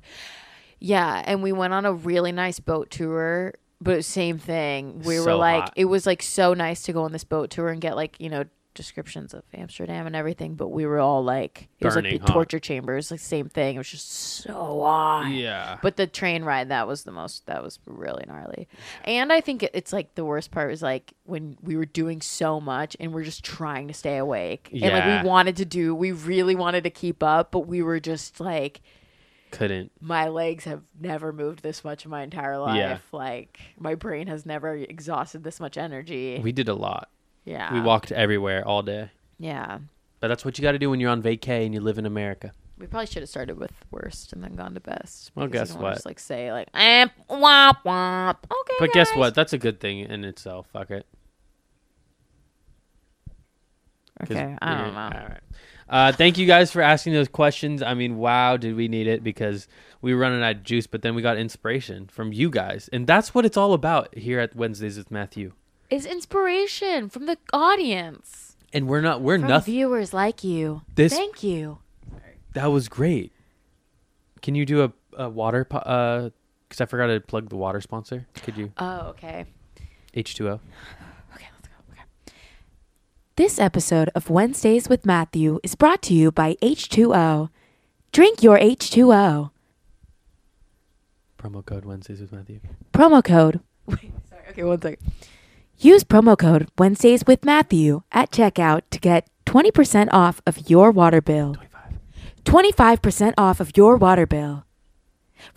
Yeah, and we went on a really nice boat tour, but same thing. We were
So
like,
hot.
it was like so nice to go on this boat tour and get like you know descriptions of Amsterdam and everything, but we were all like, it was like
Burning
the
hot.
torture chambers, like same thing. It was just so hot.
Yeah,
But the train ride that was the most that was really gnarly. And I think it, it's like the worst part was like when we were doing so much and we're just trying to stay awake. And like
Yeah.
we wanted to do we really wanted to keep up, but we were just like
couldn't.
my legs have never moved this much in my entire life.
Yeah.
Like my brain has never exhausted this much energy.
We did a lot.
yeah.
We walked everywhere all day.
Yeah.
But that's what you got to do when you're on vacay and you live in America.
We probably should have started with worst and then gone to best.
Well,
because
guess
you don't wanna
what?
Just like say like eh, womp womp. Okay.
But guess
guys.
what? That's a good thing in itself. Fuck it. 'Cause
Okay, I
we're-
don't know.
All right. Uh, thank you guys for asking those questions. I mean, wow, did we need it because we were running out of juice, but then we got inspiration from you guys. And that's what it's all about here at Wednesdays with Matthew.
is inspiration from the audience,
And we're not, we're
from
nothing.
viewers like you.
This-
Thank you.
That was great. Can you do a, a water? Po- uh, because I forgot to plug the water sponsor. Could you?
Oh, okay.
H2O.
Okay, let's go. Okay. This episode of Wednesdays with Matthew is brought to you by H2O. Drink your H2O.
Promo code Wednesdays with Matthew.
Promo code. Wait, sorry. Okay, one second. Use promo code Wednesdays with Matthew at checkout to get 20% off of your water bill.
25.
25% off of your water bill.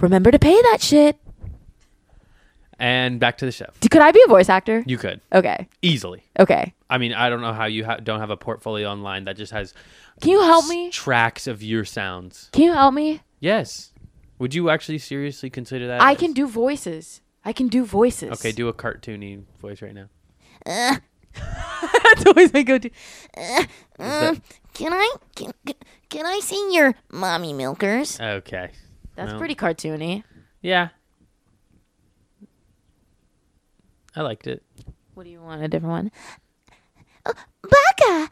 Remember to pay that shit.
And back to the show.
D- Could I be a voice actor?
You could
okay.
easily.
Okay.
I mean, I don't know how you ha- don't have a portfolio online that just has
Can you help
s-
me?
tracks of your sounds.
Can you help me?
Yes. Would you actually seriously consider that?
I
as-
can do voices. I can do voices.
Okay, do a cartoony voice right now.
That's always my go-to.
Is
Can I can, can I see your mommy milkers?
that-
Eh.
okay.
That's
No.
pretty cartoony.
Yeah. I liked it.
What do you want? A different one?
Baka.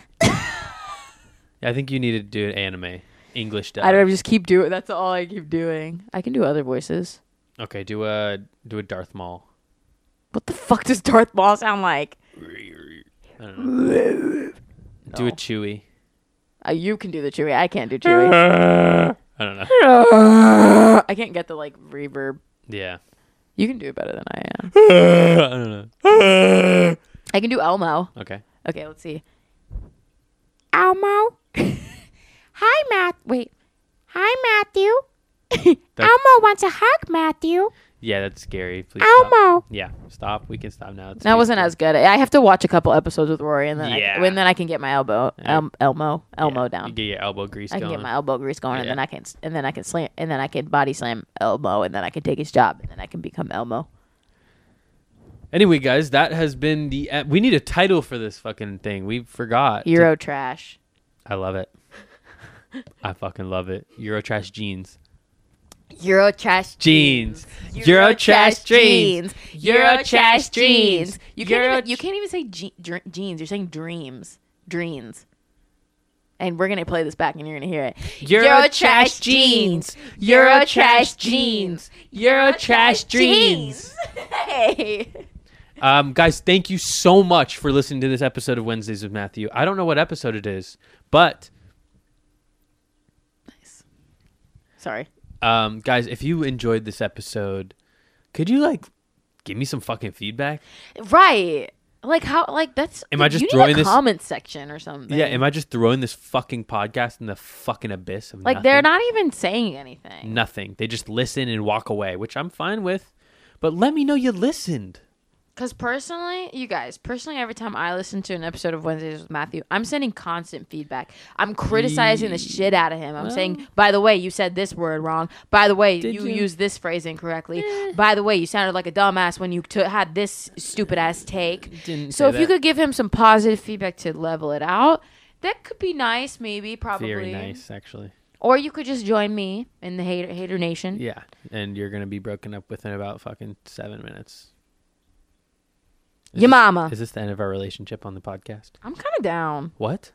I think you needed to do an anime English dub.
I don't know, just keep doing. That's all I keep doing. I can do other voices.
Okay, do a do a Darth Maul.
What the fuck does Darth Maul sound like?
I don't know. Do a Chewy.
Uh, you can do the Chewie. I can't do Chewie.
I don't know.
I can't get the like reverb.
Yeah.
You can do it better than I am.
I don't know.
I can do Elmo.
Okay.
Okay, let's see. Elmo. Hi, Matt. Wait. Hi, Matthew.
That-
wants a hug, Matthew.
Yeah, that's scary. Please
Elmo.
Stop. Yeah, stop. We can stop now. It's
That wasn't
beautiful.
as good. I have to watch a couple episodes with Rory, and then I,
Yeah.
when then I can get my elbow, um, Elmo, Elmo
Yeah, You
down.
get your elbow grease
I can
going.
get my elbow grease going, and then
Yeah.
I can and then I can slam and then I can body slam Elmo, and then I can take his job, and then I can become Elmo.
anyway, guys, that has been the. e- we need a title for this fucking thing. We forgot. to-
Euro trash.
I love it. I fucking love it. Eurotrash jeans.
Euro trash.
Jeans.
Euro trash
Eurotrash jeans.
Euro trash
Eurotrash
jeans.
jeans.
You can't,
Euro-
even, you can't even say je- dr- jeans. You're saying dreams. Dreams. And we're gonna play this back, and you're gonna hear it.
Euro
trash
trash jeans. Euro trash jeans. Euro trash jeans.
Hey.
Um, guys, thank you so much for listening to this episode of Wednesdays with Matthew. I don't know what episode it is, but
Sorry.
um, guys, if you enjoyed this episode, could you like give me some fucking feedback?
Right. Like how? Like that's.
Am I just
you need
throwing
a
this-
comment section or something?
Yeah, am I just throwing this fucking podcast in the fucking abyss of
Like
nothing?
they're not even saying anything.
nothing. They just listen and walk away, which I'm fine with. But let me know you listened.
Because personally, you guys, personally, every time I listen to an episode of Wednesdays with Matthew, I'm sending constant feedback. I'm criticizing the shit out of him. I'm saying, by the way, you said this word wrong. By the way, you,
you?" Eh.
used this phrase incorrectly. By the way, you sounded like a dumbass when you t- had this stupid ass take.
Didn't
so
say
if you
that.
could give him some positive feedback to level it out, that could be nice, maybe, probably.
Very nice, actually.
Or you could just join me in the hater, hater nation.
Yeah, and you're gonna be broken up within about fucking seven minutes. Is
Your
this-
mama.
Is this the end of our relationship on the podcast?
I'm kind of down.
What?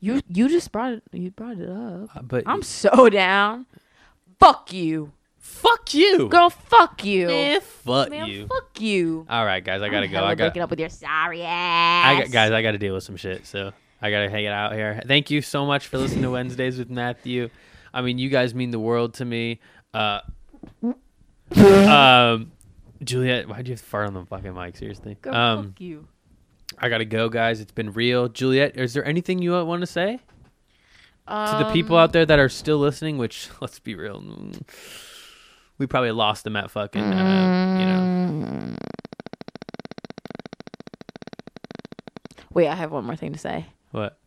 You you just brought it you brought it up.
Uh, but
I'm so down. Fuck you.
fuck you,
Girl, fuck you.
Man, fuck
Man,
you.
fuck you.
All right, guys, I gotta
I'm
go.
hella
I got,
breaking up with your sorry
I
ass.
got, guys, I gotta deal with some shit, so I gotta hang it out here. Thank you so much for listening to Wednesdays with Matthew. I mean, you guys mean the world to me. Uh, um, Juliet, why'd you have to fart on the fucking mic? Seriously.
Girl,
um,
fuck you.
I gotta go, guys. It's been real. Juliet, is there anything you want to say to the people out there that are still listening? Which, let's be real, mm, we probably lost them at fucking, uh, you know.
Wait, I have one more thing to say.
What?